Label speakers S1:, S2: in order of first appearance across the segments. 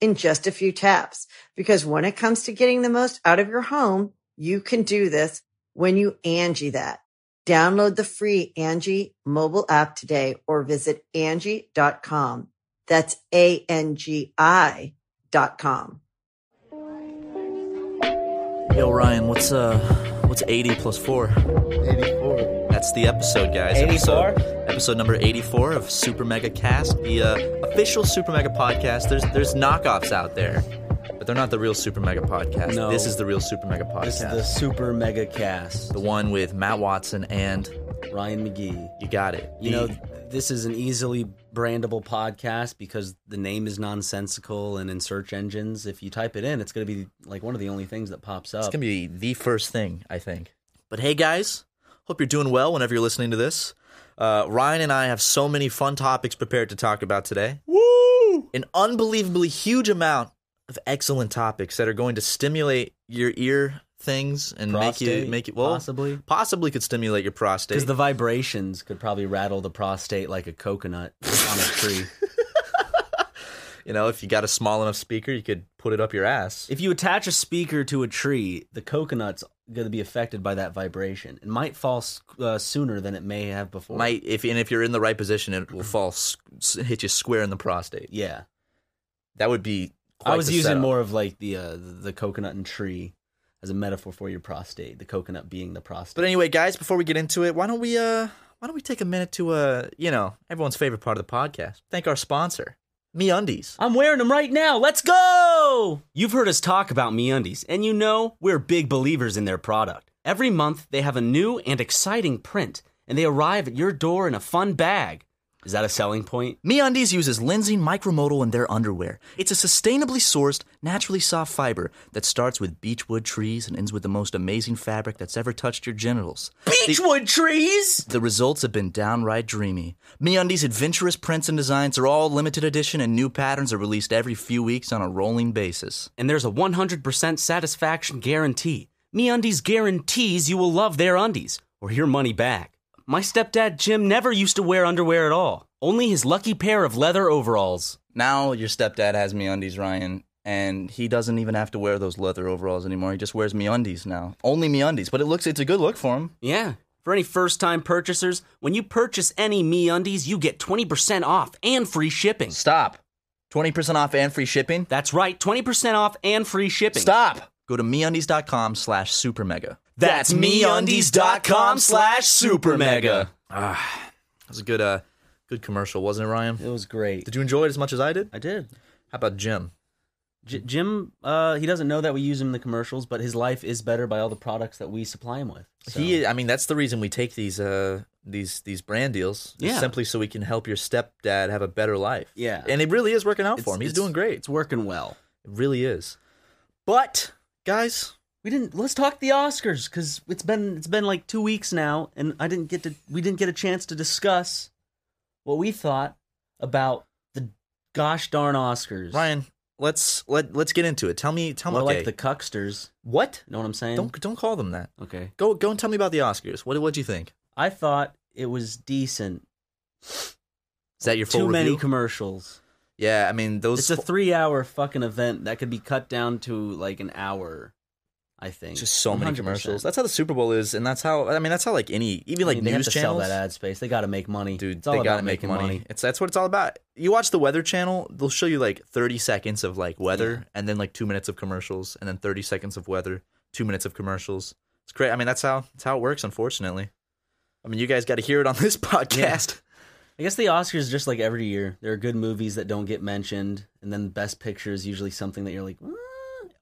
S1: in just a few taps. Because when it comes to getting the most out of your home, you can do this when you Angie that. Download the free Angie mobile app today or visit Angie.com. That's A-N-G-I dot com.
S2: Yo, Ryan, what's uh, what's eighty plus four?
S3: 84.
S2: That's the episode, guys. Episode, episode number eighty-four of Super Mega Cast, the uh, official Super Mega podcast. There's there's knockoffs out there, but they're not the real Super Mega podcast.
S3: No.
S2: This is the real Super Mega podcast.
S3: This is the super mega cast.
S2: the one with Matt Watson and
S3: Ryan McGee.
S2: you got it.
S3: You
S2: the-
S3: know, this is an easily brandable podcast because the name is nonsensical and in search engines, if you type it in, it's going to be like one of the only things that pops
S2: It's
S3: up.
S2: gonna be the first thing, I think. But hey, guys, hope you're doing well. Whenever you're listening to this, uh, Ryan and I have so many fun topics prepared to talk about today. Woo! An unbelievably huge amount of excellent topics that are going to stimulate your ear things and make
S3: Prostate,
S2: you make it well
S3: possibly.
S2: possibly could stimulate your prostate.
S3: because the vibrations could probably rattle the prostate like a coconut on a tree.
S2: you know, if you got a small enough speaker, you could put it up your ass.
S3: If you attach a speaker to a tree, the coconut's going to be affected by that vibration. It might fall s- uh, sooner than it may have before.
S2: Might if and if you're in the right position, it will fall s- s- hit you square in the prostate.
S3: Yeah.
S2: That would be. Quite
S3: I was
S2: the
S3: using
S2: setup.
S3: more of like the uh, the coconut and tree as a metaphor for your prostate. The coconut being the prostate.
S2: But anyway, guys, before we get into it, why don't we uh why don't we take a minute to uh you know everyone's favorite part of the podcast? Thank our sponsor, Me Undies.
S3: I'm wearing them right now. Let's go! You've heard us talk about MeUndies, and you know we're big believers in their product. Every month they have a new and exciting print, and they arrive at your door in a fun bag. Is that a selling point?
S2: Me Undies uses lensing micromodal in their underwear. It's a sustainably sourced, naturally soft fiber that starts with beechwood trees and ends with the most amazing fabric that's ever touched your genitals.
S3: Beechwood trees.
S2: The results have been downright dreamy. MeUndies' adventurous prints and designs are all limited edition, and new patterns are released every few weeks on a rolling basis.
S3: And there's a 100% satisfaction guarantee. MeUndies guarantees you will love their undies or your money back. My stepdad Jim never used to wear underwear at all. Only his lucky pair of leather overalls.
S2: Now your stepdad has MeUndies, Ryan, and he doesn't even have to wear those leather overalls anymore. He just wears MeUndies now. Only MeUndies, but it looks it's a good look for him.
S3: Yeah. For any first-time purchasers, when you purchase any MeUndies, you get 20% off and free shipping.
S2: Stop. 20% off and free shipping.
S3: That's right, 20% off and free shipping.
S2: Stop. Go to MeUndies.com slash supermega.
S3: That's MeUndies.com slash supermega.
S2: Ah, that was a good, uh, good commercial, wasn't it, Ryan?
S3: It was great.
S2: Did you enjoy it as much as I did?
S3: I did.
S2: How about Jim?
S3: J- Jim, uh, he doesn't know that we use him in the commercials, but his life is better by all the products that we supply him with. So-
S2: He, I mean, that's the reason we take these, uh, these these brand deals is
S3: Yeah.
S2: simply so we can help your stepdad have a better life.
S3: Yeah.
S2: and it really is working out
S3: It's-
S2: for him. He's
S3: it's-
S2: doing great.
S3: It's working well.
S2: it really is. But guys,
S3: We didn't. Let's talk the Oscars because it's been it's been like two weeks now, and I didn't get to. We didn't get a chance to discuss what we thought about the gosh darn Oscars.
S2: Ryan, Let's let let's get into it. Tell me, tell me.
S3: More
S2: okay.
S3: like the Cucksters.
S2: what?
S3: You know what I'm saying?
S2: Don't don't call them that.
S3: Okay.
S2: Go go and tell me about the Oscars. What what'd you think?
S3: I thought it was decent.
S2: Is that your full
S3: Too
S2: review?
S3: many commercials.
S2: yeah, I mean those.
S3: It's a three-hour fucking event that could be cut down to like an hour. I think
S2: just so many
S3: 100%.
S2: commercials. That's how the Super Bowl is, and that's how I mean that's how like any even
S3: I
S2: like
S3: mean, they
S2: news
S3: have to
S2: channels.
S3: sell that ad space. They got to make money,
S2: Dude,
S3: It's all
S2: they
S3: about
S2: gotta make
S3: making
S2: money. It's that's what it's all about. You watch the Weather Channel; they'll show you like thirty seconds of like weather, and then like two minutes of commercials, and then thirty seconds of weather, two minutes of commercials. It's great. I mean, that's how that's how it works. Unfortunately, I mean, you guys got to hear it on this podcast.
S3: I guess the Oscars, just like every year, there are good movies that don't get mentioned, and then Best Picture is usually something that you're like, "Mm."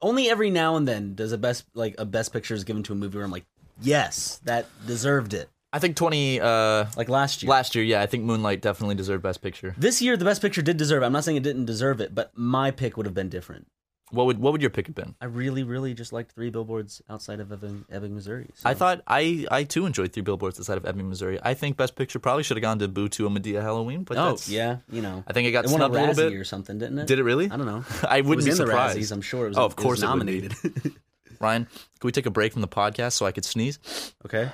S3: only every now and then does a best like a Best Picture is given to a movie where I'm like, yes, that deserved it.
S2: I think twenty uh
S3: Like last year,
S2: last year, yeah, I think Moonlight definitely deserved Best Picture.
S3: this year, the Best Picture did deserve. it. I'm not saying it didn't deserve it, but my pick would have been different.
S2: What would what would your pick have been?
S3: I really, really just liked Three Billboards Outside of Ebbing, Ebbing Missouri. so-
S2: I thought I I too enjoyed Three Billboards Outside of Ebbing, Missouri. I think Best Picture probably should have gone to Boo to a Medea Halloween, but
S3: oh
S2: that's,
S3: yeah, you know,
S2: I think it got
S3: it won a
S2: snubbed a little
S3: Razzie
S2: bit.
S3: or something, didn't it?
S2: Did it really?
S3: I don't know.
S2: I wouldn't
S3: it was
S2: be
S3: in
S2: surprised.
S3: The Razzies, I'm sure it was.
S2: Oh, of course
S3: it
S2: it
S3: was
S2: would be.
S3: nominated.
S2: Ryan, can we take a break from the podcast so I could sneeze?
S3: okay,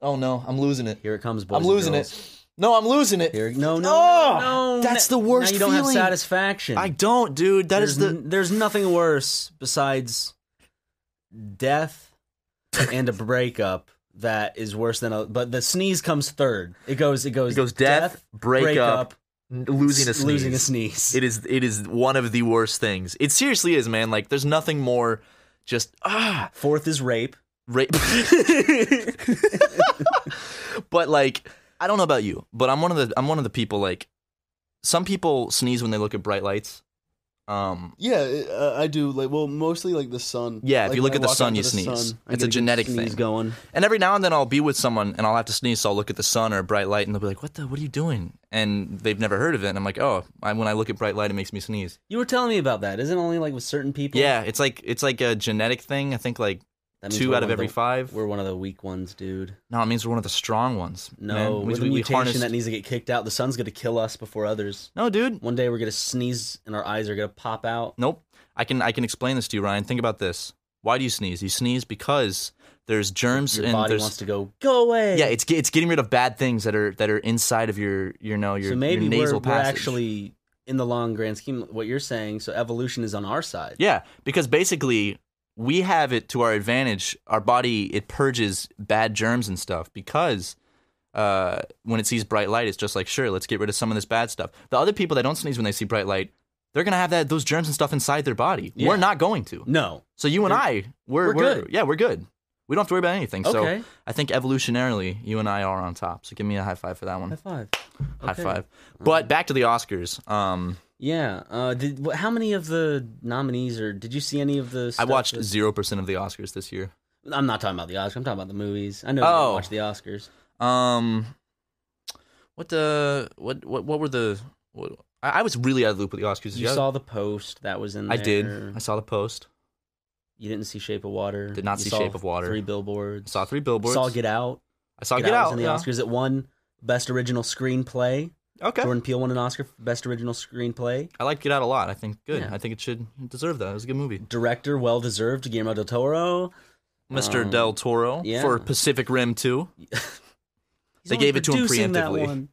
S2: Oh no, I'm losing it.
S3: here it comes, boys.
S2: I'm losing it. No, I'm losing it.
S3: Here, no, no,
S2: Oh,
S3: no, no,
S2: that's
S3: no.
S2: the worst
S3: Now you don't
S2: feeling.
S3: have satisfaction.
S2: I don't, dude. That
S3: there's
S2: is the
S3: n- there's nothing worse besides death and a breakup that is worse than a. But the sneeze comes third. It goes. It goes.
S2: It goes death, breakup, n- losing a
S3: s-
S2: sneeze.
S3: losing a sneeze.
S2: It is it is one of the worst things. It seriously is, man. Like there's nothing more just ah
S3: Fourth is rape.
S2: Ra- but like, I don't know about you, but I'm one of the I'm one of the people like some people sneeze when they look at bright lights. Um,
S4: Yeah, uh, I do. Like, well, mostly like the sun.
S2: yeah, if
S4: Like,
S2: you look
S4: when
S2: at
S4: I
S2: the
S4: walk
S2: sun,
S4: out
S2: you
S4: to the
S2: sneeze.
S4: sun-
S3: I
S2: it's
S3: gotta
S2: a
S3: get
S2: genetic
S3: the sneeze
S2: thing.
S3: going.
S2: And every now and then I'll be with someone and I'll have to sneeze, so I'll look at the sun or a bright light and they'll be like, "What the? What are you doing?" And they've never heard of it. And I'm like, "Oh, I, when I look at bright light, it makes me sneeze."
S3: You were telling me about that. Isn't it only like with certain people?
S2: Yeah, it's like it's like a genetic thing. I think like
S3: That means
S2: two
S3: we're
S2: out of
S3: one
S2: every
S3: the-
S2: five.
S3: We're one of the weak ones, dude.
S2: No, it means we're one of the strong ones. man.
S3: No,
S2: It means
S3: with a mutation that needs to get kicked out, the sun's gonna kill us before others.
S2: no, dude.
S3: One day we're gonna sneeze and our eyes are gonna pop out.
S2: Nope. I can I can explain this to you, Ryan. Think about this. Why do you sneeze? You sneeze because there's germs
S3: Your
S2: and
S3: body
S2: there's
S3: wants to go go away.
S2: yeah. It's ge- it's getting rid of bad things that are that are inside of your you know your,
S3: so maybe
S2: your nasal
S3: we're, we're
S2: passage.
S3: actually in the long grand scheme. What you're saying, so evolution is on our side.
S2: yeah, because basically we have it to our advantage. Our body it purges bad germs and stuff because. Uh, when it sees bright light, it's just like, sure, let's get rid of some of this bad stuff. The other people that don't sneeze when they see bright light, they're gonna have that those germs and stuff inside their body.
S3: Yeah.
S2: We're not going to.
S3: No,
S2: So you and I, we're,
S3: we're
S2: we're,
S3: good.
S2: Yeah, we're good. We don't have to worry about anything.
S3: Okay.
S2: So I think evolutionarily, you and I are on top. So give me a high five for that one.
S3: high five.
S2: Mm. High
S3: Okay.
S2: five. But back to the Oscars. Um,
S3: Yeah. Uh, did wh- how many of the nominees or did you see any of the?
S2: I
S3: stuff
S2: watched
S3: that-
S2: zero percent of the Oscars this year.
S3: I'm not talking about the Oscars. I'm talking about the movies. I know you
S2: Oh.
S3: watch the Oscars.
S2: Um, what the what what what were the? What, I, I was really out of the loop with the Oscars.
S3: You
S2: I,
S3: saw the post that was in.
S2: I
S3: there.
S2: did. I saw the post.
S3: You didn't see Shape of Water.
S2: Did not
S3: You
S2: see
S3: saw
S2: Shape of Water.
S3: Three
S2: I
S3: billboards.
S2: saw three billboards.
S3: Saw Get Out.
S2: I saw Get,
S3: was
S2: Out.
S3: in the
S2: yeah.
S3: Oscars. It won Best Original Screenplay.
S2: Okay.
S3: Jordan Peele won an Oscar for Best Original Screenplay.
S2: I like Get Out a lot. I think good.
S3: Yeah.
S2: I think it should deserve that. It was a good movie.
S3: Director, well deserved, Guillermo del Toro.
S2: Mr.
S3: Um,
S2: Del Toro
S3: yeah.
S2: for Pacific Rim 2.
S3: He's
S2: They
S3: only
S2: gave it to him
S3: producing that
S2: preemptively.
S3: one.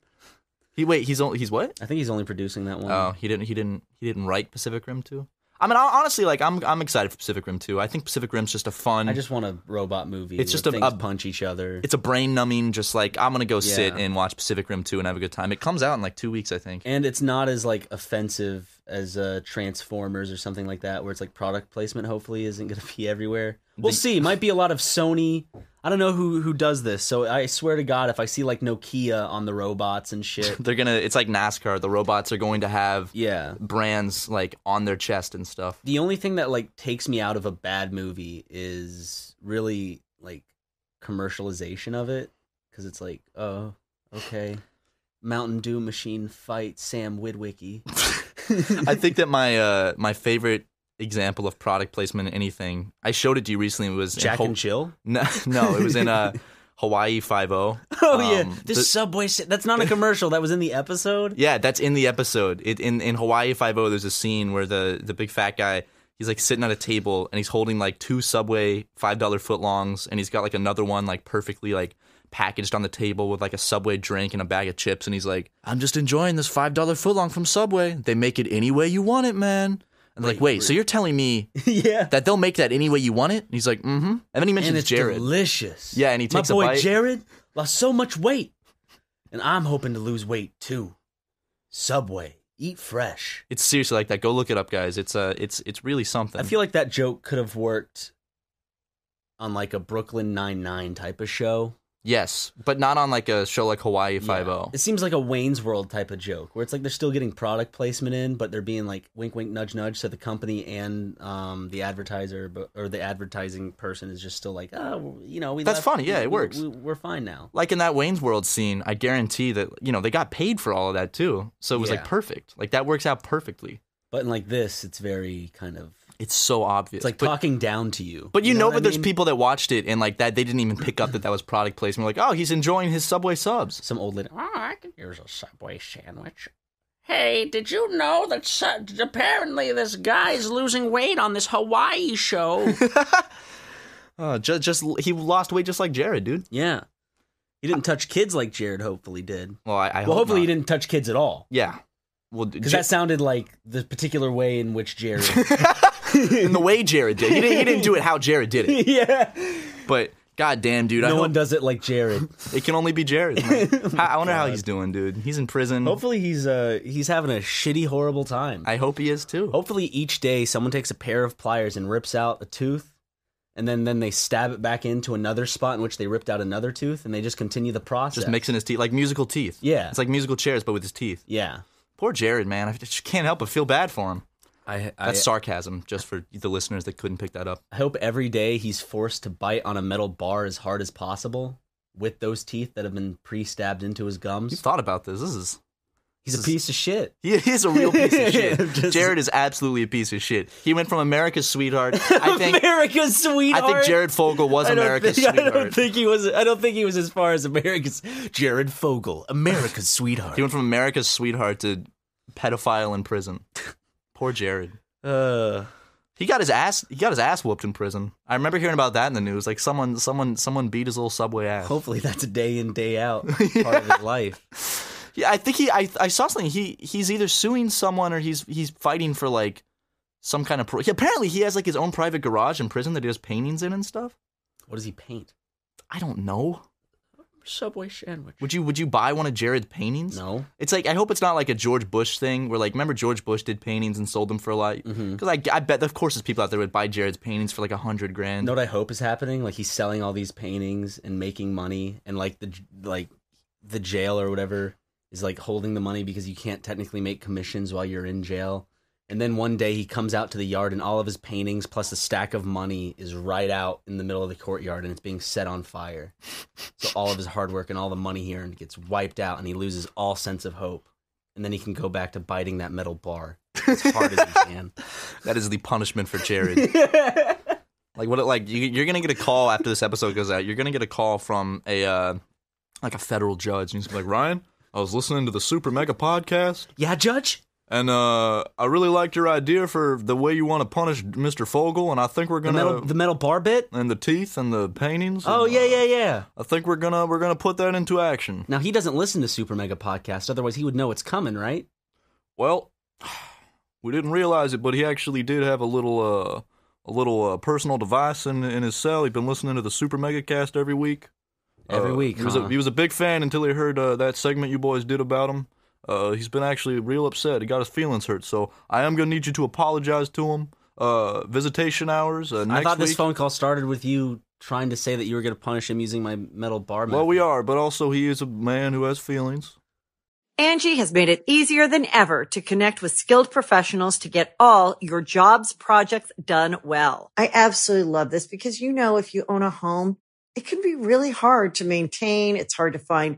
S2: He wait, he's only he's what?
S3: I think he's only producing that one.
S2: Oh, he didn't he didn't he didn't write Pacific Rim 2. I mean, I, honestly like I'm I'm excited for Pacific Rim 2. I think Pacific Rim's just a fun
S3: I just want a robot movie.
S2: It's just
S3: where
S2: a-
S3: things
S2: a-
S3: punch each other.
S2: it's a brain numbing just like I'm going to go sit
S3: Yeah.
S2: and watch Pacific Rim 2 and have a good time. It comes out in like 2 weeks, I think.
S3: and it's not as like offensive as uh, Transformers or something like that, where it's like product placement. Hopefully, isn't going to be everywhere. We'll
S2: The-
S3: see. Might be a lot of Sony. I don't know who who does this. So I swear to God, if I see like Nokia on the robots and shit,
S2: They're going to it's like NASCAR. The robots are going to have
S3: yeah.
S2: brands like on their chest and stuff.
S3: The only thing that like takes me out of a bad movie is really like commercialization of it because it's like, oh, okay, Mountain Dew machine fight Sam Witwicky.
S2: I think that my uh my favorite example of product placement in anything. I showed it to you recently. It was in
S3: Jack
S2: Ho-
S3: and Jill.
S2: No, no, it was in uh, Hawaii Five O.
S3: Oh yeah,
S2: Um,
S3: the, subway. sa- That's not a commercial. That was in the episode.
S2: Yeah, that's in the episode. It, in in Hawaii Five O, there's a scene where the the big fat guy he's like sitting at a table and he's holding like two Subway five dollar footlongs and he's got like another one like perfectly like packaged on the table with like a Subway drink and a bag of chips and he's like, I'm just enjoying this five dollar footlong from Subway. They make it any way you want it, man. And they're like, wait, so you're telling me
S3: yeah.
S2: that they'll make that any way you want it? And he's like, mm-hmm. And then he mentions
S3: and it's
S2: Jared.
S3: delicious.
S2: Yeah, and he takes a
S3: my boy
S2: bite.
S3: Jared lost so much weight, and I'm hoping to lose weight too. Subway, eat fresh.
S2: it's seriously like that. Go look it up, guys. It's uh, it's it's really something.
S3: I feel like that joke could have worked on like a Brooklyn Nine Nine type of show.
S2: yes, but not on like a show like Hawaii Five oh. O.
S3: It seems like a Wayne's World type of joke where it's like they're still getting product placement in, but they're being like wink, wink, nudge, nudge. So the company and um, the advertiser but, or the advertising person is just still like, oh, you know, we
S2: That's
S3: left-
S2: funny. Yeah,
S3: we-
S2: it works.
S3: We, we're fine now.
S2: like in that Wayne's World scene, I guarantee that you know they got paid for all of that too. So it was like
S3: Yeah.
S2: perfect. Like that works out perfectly.
S3: But in like this, it's very kind of
S2: It's so obvious.
S3: it's like
S2: but,
S3: talking down to you.
S2: but you, know,
S3: what
S2: but
S3: I
S2: there's
S3: mean?
S2: people that watched it and like that they didn't even pick up that that was product placement. Like, oh, he's enjoying his Subway subs.
S3: Some old lady. "Ah,
S5: Oh, I can use a Subway sandwich. Hey, did you know that su- apparently this guy's losing weight on this Hawaii show?
S2: Uh, just, just he lost weight just like Jared, dude.
S3: Yeah, he didn't touch kids like Jared. Hopefully, did.
S2: Well, I, I
S3: well,
S2: hope
S3: hopefully,
S2: not.
S3: he didn't touch kids at all
S2: Yeah. Well, d-
S3: because
S2: J-
S3: that sounded like the particular way in which Jared.
S2: in the way Jared did, he didn't, he didn't do it how Jared did it.
S3: yeah,
S2: But goddamn, dude, I
S3: no
S2: hope
S3: one does it like Jared.
S2: it can only be Jared. man. How- I wonder how he's doing, dude. He's in prison.
S3: Hopefully he's uh he's having a shitty horrible time.
S2: I hope he is too.
S3: Hopefully each day someone takes a pair of pliers and rips out a tooth and then then they stab it back into another spot in which they ripped out another tooth and they just continue the process.
S2: just mixing his teeth like musical teeth.
S3: Yeah.
S2: it's like musical chairs, but with his teeth.
S3: Yeah.
S2: Poor Jared, man. I just can't help but feel bad for him.
S3: I I,
S2: That's sarcasm, just for the listeners that couldn't pick that up.
S3: I hope every day he's forced to bite on a metal bar as hard as possible with those teeth that have been pre-stabbed into his
S2: You
S3: gums.
S2: thought about this. This is
S3: He's a piece of shit.
S2: he is a real piece of shit.
S3: Just-
S2: Jared is absolutely a piece of shit. He went from America's sweetheart. I think
S3: America's
S2: I
S3: sweetheart.
S2: think Jared Fogle was
S3: I don't
S2: America's
S3: think- I
S2: sweetheart.
S3: don't think he was. I don't think he was as far as America's Jared Fogle, America's sweetheart.
S2: He went from America's sweetheart to pedophile in prison. Poor Jared.
S3: Uh,
S2: He got his ass he got his ass whooped in prison. I remember hearing about that in the news. Like someone someone someone beat his little subway ass.
S3: hopefully, that's a day in day out part of his life.
S2: Yeah, I think he. I, I saw something. He he's either suing someone or he's he's fighting for like some kind of. Pro- he, apparently, he has like his own private garage in prison that he does paintings in and stuff.
S3: What does he paint?
S2: I don't know.
S5: Subway sandwich.
S2: Would you would you buy one of Jared's paintings?
S3: No.
S2: It's like I hope it's not like a George Bush thing where like remember George Bush did paintings and sold them for a lot because I, I bet of course there's people out there would buy Jared's paintings for like a hundred grand.
S3: You know what I hope is happening? Like he's selling all these paintings and making money, and like the j- like the jail or whatever is like holding the money because you can't technically make commissions while you're in jail. And then one day he comes out to the yard, and all of his paintings plus a stack of money is right out in the middle of the courtyard, and it's being set on fire. So all of his hard work and all the money he earned gets wiped out, and he loses all sense of hope. And then he can go back to biting that metal bar as hard as he can.
S2: That is the punishment for Jared. like what? Like you, you're gonna get a call after this episode goes out. You're gonna get a call from a uh, like a federal judge, and he's gonna be like, Ryan, I was listening to the Super Mega podcast,
S3: Yeah, Judge.
S2: and uh, I really liked your idea for the way you want to punish Mr. Fogel, and I think we're
S3: The
S2: gonna
S3: metal, the metal bar bit.
S2: and the teeth and the paintings.
S3: Oh
S2: and,
S3: yeah,
S2: uh,
S3: yeah, yeah.
S2: I think we're gonna we're gonna put that into action.
S3: Now he doesn't listen to Super Mega Podcast, otherwise he would know it's coming, right?
S2: Well, we didn't realize it, but he actually did have a little uh a little uh, personal device in in his cell. He'd been listening to the Super Mega Cast every week.
S3: Every
S2: Uh,
S3: week,
S2: He was,
S3: huh?
S2: a, he was a big fan until he heard uh, that segment you boys did about him. Uh, he's been actually real upset. He got his feelings hurt. So I am going to need you to apologize to him. Uh, visitation hours uh, next
S3: I thought
S2: week.
S3: this phone call started with you trying to say that you were going to punish him using my metal bar.
S2: well, we are, but also he is a man who has feelings.
S6: Angie has made it easier than ever to connect with skilled professionals to get all your jobs projects done well.
S1: I absolutely love this because you know, if you own a home, it can be really hard to maintain. It's hard to find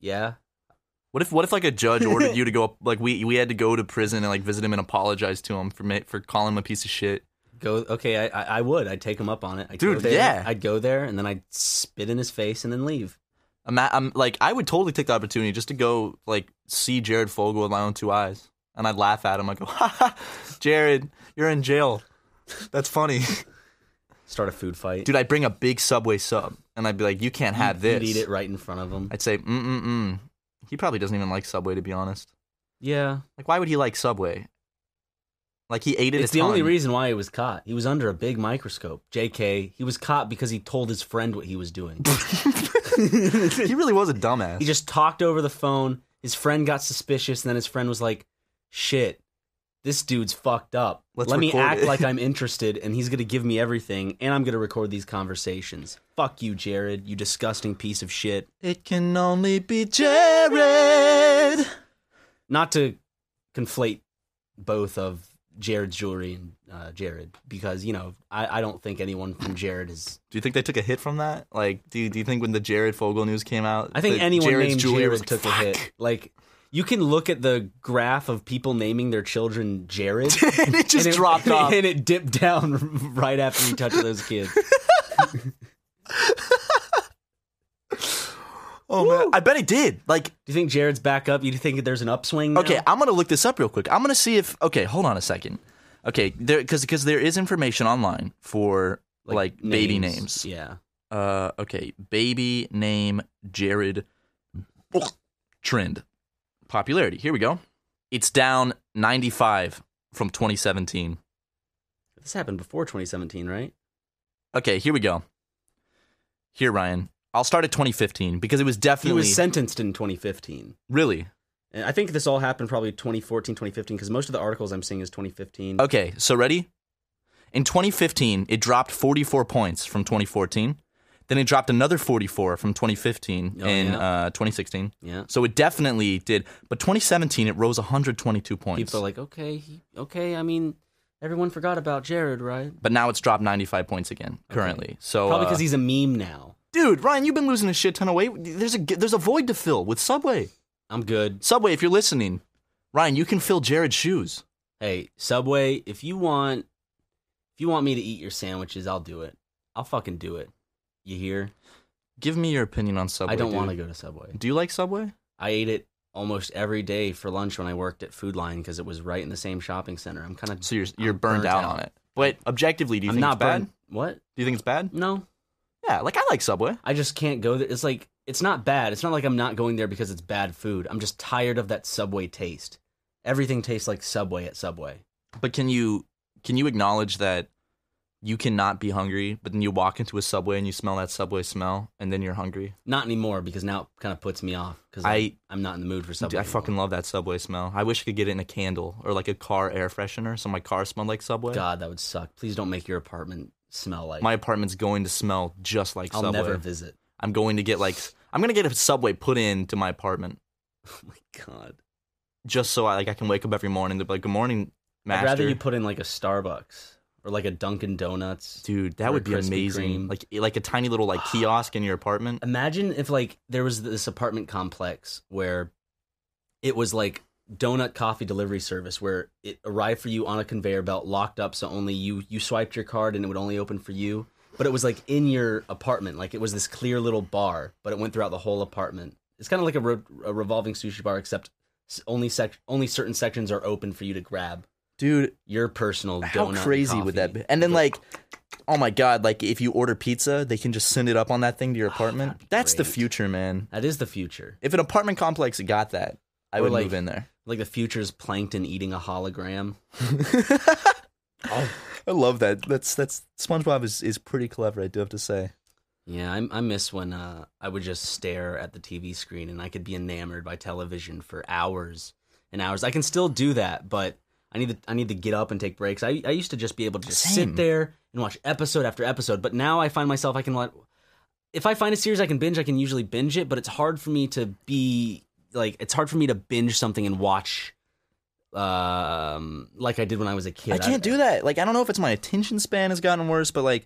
S3: Yeah.
S2: What if what if like a judge ordered you to go up like we we had to go to prison and like visit him and apologize to him for ma- for calling him a piece of shit?
S3: Go. Okay. I I, I would. I'd take him up on it. I'd go
S2: Dude,
S3: there,
S2: yeah.
S3: I'd go there and then I'd spit in his face and then leave.
S2: I'm, at, I'm like I would totally take the opportunity just to go like see Jared Fogle with my own two eyes and I'd laugh at him. I go, ha, ha, Jared, you're in jail. That's funny,
S3: Start a food fight.
S2: dude. I'd bring a big Subway sub and I'd be like, you can't have
S3: You'd
S2: this.
S3: eat it right in front of him.
S2: I'd say, mm mm mm. He probably doesn't even like Subway to be honest.
S3: Yeah.
S2: Like, why would he like Subway? Like he ate it.
S3: It's
S2: a
S3: the only
S2: ton.
S3: reason why he was caught. He was under a big microscope. JK, he was caught because he told his friend what he was doing.
S2: he really was a dumbass.
S3: he just talked over the phone. His friend got suspicious, and then his friend was like, "Shit, this dude's fucked up.
S2: Let's
S3: Let me
S2: record
S3: act
S2: it."
S3: like I'm interested, and he's gonna give me everything, and I'm gonna record these conversations. Fuck you, Jared. You disgusting piece of shit.
S2: It can only be Jared.
S3: Not to conflate both of Jared's jewelry and uh, Jared, because you know I, I don't think anyone from Jared is.
S2: Do you think they took a hit from that? Like, do you, do you think when the Jared Fogle news came out,
S3: I think
S2: that
S3: anyone
S2: Jared's
S3: named
S2: jewelry
S3: Jared
S2: was
S3: took
S2: "Fuck."
S3: a hit. Like. You can look at the graph of people naming their children Jared,
S2: and it just
S3: and it,
S2: dropped
S3: and it-
S2: off.
S3: and it dipped down right after you touch those kids.
S2: Oh man, I bet it did. Like,
S3: Do you think Jared's back up? You think there's an upswing? now?
S2: okay, I'm gonna look this up real quick. I'm gonna see if. Okay, hold on a second. Okay, there because because there is information online for like, baby names.
S3: Yeah,
S2: Uh, okay, baby name Jared trend popularity. Here we go. It's down 95 from 2017.
S3: this happened before 2017, right?
S2: Okay, here we go. Here, Ryan. I'll start at 2015 because it was
S3: He
S2: definitely
S3: was sentenced in 2015.
S2: really
S3: And I think this all happened probably 2014, 2015, because most of the articles I'm seeing is 2015.
S2: okay. So ready? In 2015, it dropped 44 points from 2014. Then it dropped another 44 from 2015
S3: Oh,
S2: in
S3: yeah.
S2: uh, 2016.
S3: Yeah.
S2: So it definitely did. But 2017, it rose 122 points.
S3: People are like, okay, he, okay. I mean, everyone forgot about Jared, right?
S2: but now it's dropped 95 points again currently. So
S3: Probably because
S2: uh,
S3: he's a meme now.
S2: dude, Ryan, you've been losing a shit ton of weight. There's a there's a void to fill with Subway.
S3: I'm good.
S2: Subway, if you're listening, Ryan, you can fill Jared's shoes.
S3: Hey, Subway, if you want, if you want me to eat your sandwiches, I'll do it. I'll fucking do it. You hear?
S2: Give me your opinion on Subway.
S3: I don't want to
S2: to
S3: go to Subway.
S2: Do you like Subway?
S3: I ate it almost every day for lunch when I worked at Food Line because it was right in the same shopping center. I'm kind of
S2: So you're you're burned, out, on it. But objectively, do you
S3: I'm
S2: think
S3: not
S2: it's bad?
S3: burned- Mm. What?
S2: Do you think it's bad?
S3: No,
S2: Yeah, like I like Subway.
S3: I just can't go there. It's like it's not bad. It's not like I'm not going there because it's bad food. I'm just tired of that Subway taste. Everything tastes like Subway at Subway.
S2: But can you can you acknowledge that you cannot be hungry, but then you walk into a Subway and you smell that Subway smell, and then you're hungry?
S3: Not anymore because now it kind of puts me off because
S2: I-
S3: I I'm not in the mood for
S2: Dude,
S3: Subway.
S2: I fucking
S3: anymore.
S2: love that Subway smell. I wish I could get it in a candle or like a car air freshener, so my car smelled like Subway.
S3: God, that would suck. Please don't make your apartment smell like.
S2: My apartment's going to smell just like
S3: I'll
S2: Subway.
S3: never visit.
S2: I'm going to get like I'm gonna get a Subway put into my apartment.
S3: Oh my god.
S2: just so I like I can wake up every morning to be like, "Good morning, master."
S3: I'd rather you put in like a Starbucks or like a Dunkin' Donuts.
S2: Dude,
S3: or
S2: that
S3: a
S2: would be
S3: Krispy
S2: amazing.
S3: Kreme.
S2: Like like a tiny little like kiosk in your apartment.
S3: Imagine if like there was this apartment complex where it was like donut coffee delivery service where it arrived for you on a conveyor belt locked up so only you you swiped your card and it would only open for you but it was like in your apartment like it was this clear little bar but it went throughout the whole apartment it's kind of like a, re- a revolving sushi bar except s- only sec- only certain sections are open for you to grab
S2: Dude,
S3: Your personal donut.
S2: how
S3: and
S2: crazy would that
S3: coffee.
S2: be? And then like, oh my god, like if you order pizza, they can just send it up on that thing to your apartment.
S3: that'd be
S2: That's the
S3: great.
S2: future, man.
S3: That is the future.
S2: If an apartment complex got that, I
S3: Or,
S2: would
S3: like-
S2: move in there.
S3: Like the future's plankton eating a hologram.
S2: I love that. That's that's SpongeBob is is pretty clever. I do have to say.
S3: Yeah, I, I miss when uh, I would just stare at the TV screen and I could be enamored by television for hours and hours. I can still do that, but I need to I need to get up and take breaks. I I used to just be able to just
S2: Same.
S3: sit there and watch episode after episode, but now I find myself I can let if I find a series I can binge, I can usually binge it, but it's hard for me to be like it's hard for me to binge something and watch um like I did when I was a kid.
S2: I can't do that. Like I don't know if it's my attention span has gotten worse, but like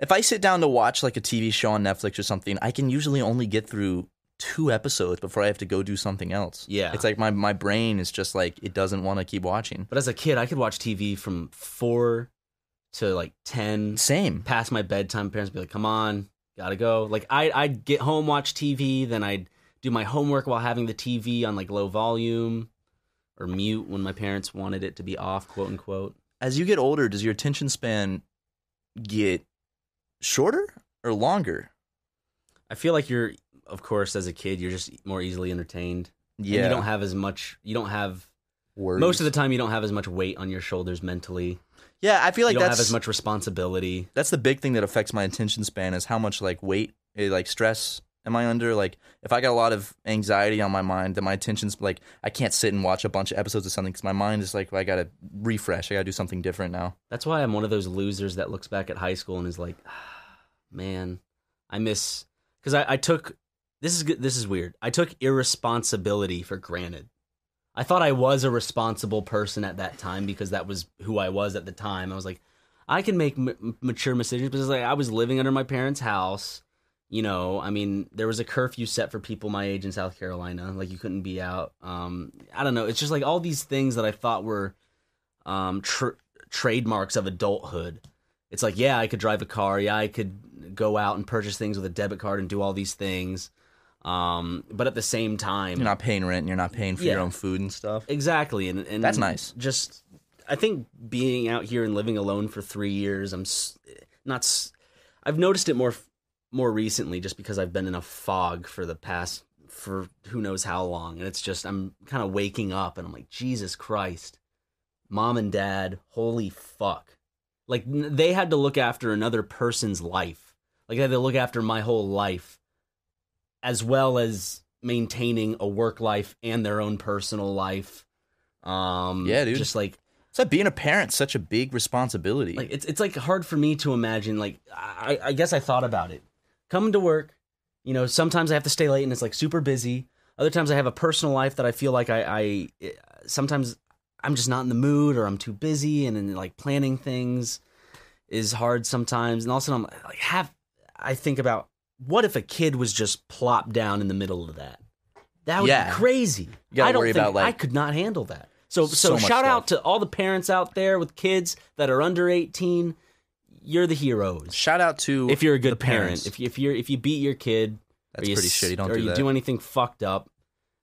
S2: if I sit down to watch like a TV show on Netflix or something, I can usually only get through two episodes before I have to go do something else.
S3: Yeah.
S2: It's like my my brain is just like it doesn't want to keep watching.
S3: But as a kid, I could watch TV from 4 to like 10
S2: Same.
S3: past my bedtime. Parents would be like, "Come on, gotta go." Like I, I'd get home, watch TV, then I'd do my homework while having the TV on like low volume or mute when my parents wanted it to be off, quote unquote.
S2: As you get older, does your attention span get shorter or longer?
S3: I feel like you're, of course, as a kid, you're just more easily entertained. And you don't have as much. You don't have
S2: Words.
S3: most of the time. You don't have as much weight on your shoulders mentally.
S2: Yeah, I feel like
S3: you don't
S2: that's
S3: have as much responsibility.
S2: that's the big thing that affects my attention span is how much like weight eh, like stress am i under like if i got a lot of anxiety on my mind that my attention's like i can't sit and watch a bunch of episodes of something because my mind is like i gotta refresh i gotta do something different now
S3: That's why I'm one of those losers that looks back at high school and is like, "Ah, man, I miss because I, I took this is good- this is weird. I took irresponsibility for granted. I thought I was a responsible person at that time because that was who I was at the time. I was like, I can make m- m- mature decisions, but it's like I was living under my parents' house. You know, I mean, there was a curfew set for people my age in South Carolina. Like you couldn't be out. Um, I don't know. It's just like all these things that I thought were um, tr- trademarks of adulthood. It's like, yeah, I could drive a car. Yeah, I could go out and purchase things with a debit card and do all these things. Um, but at the same time,
S2: you're not paying rent and you're not paying for your
S3: Yeah.
S2: own food and stuff
S3: exactly. And, and
S2: That's nice.
S3: Just, I think being out here and living alone for three years, I'm s- not. s- I've noticed it more, f- more recently, just because I've been in a fog for the past for who knows how long, and it's just I'm kind of waking up, and I'm like, Jesus Christ, mom and dad, holy fuck. Like n- they had to look after another person's life. Like they had to look after my whole life as well as maintaining a work life and their own personal life. Um
S2: Yeah, dude.
S3: just like
S2: so being a parent's such a big responsibility
S3: like it's it's like hard for me to imagine like I, I guess I thought about it. Coming to work, you know, sometimes I have to stay late and it's like super busy. Other times I have a personal life that I feel like I, I sometimes I'm just not in the mood or I'm too busy and then like planning things is hard sometimes. And also I'm like have I think about what if a kid was just plopped down in the middle of that? That would
S2: Yeah.
S3: be crazy.
S2: You gotta
S3: I don't
S2: worry
S3: think
S2: about, like,
S3: I could not handle that. So
S2: so
S3: so,
S2: much
S3: shout
S2: stuff.
S3: out to all the parents out there with kids that are under 18. You're the heroes.
S2: shout out to
S3: If you're a good
S2: the
S3: parent,
S2: parents.
S3: if you, if you are if you beat your kid,
S2: That's
S3: or you,
S2: pretty
S3: s-
S2: shitty. Don't
S3: or
S2: do
S3: you
S2: that.
S3: do anything fucked up,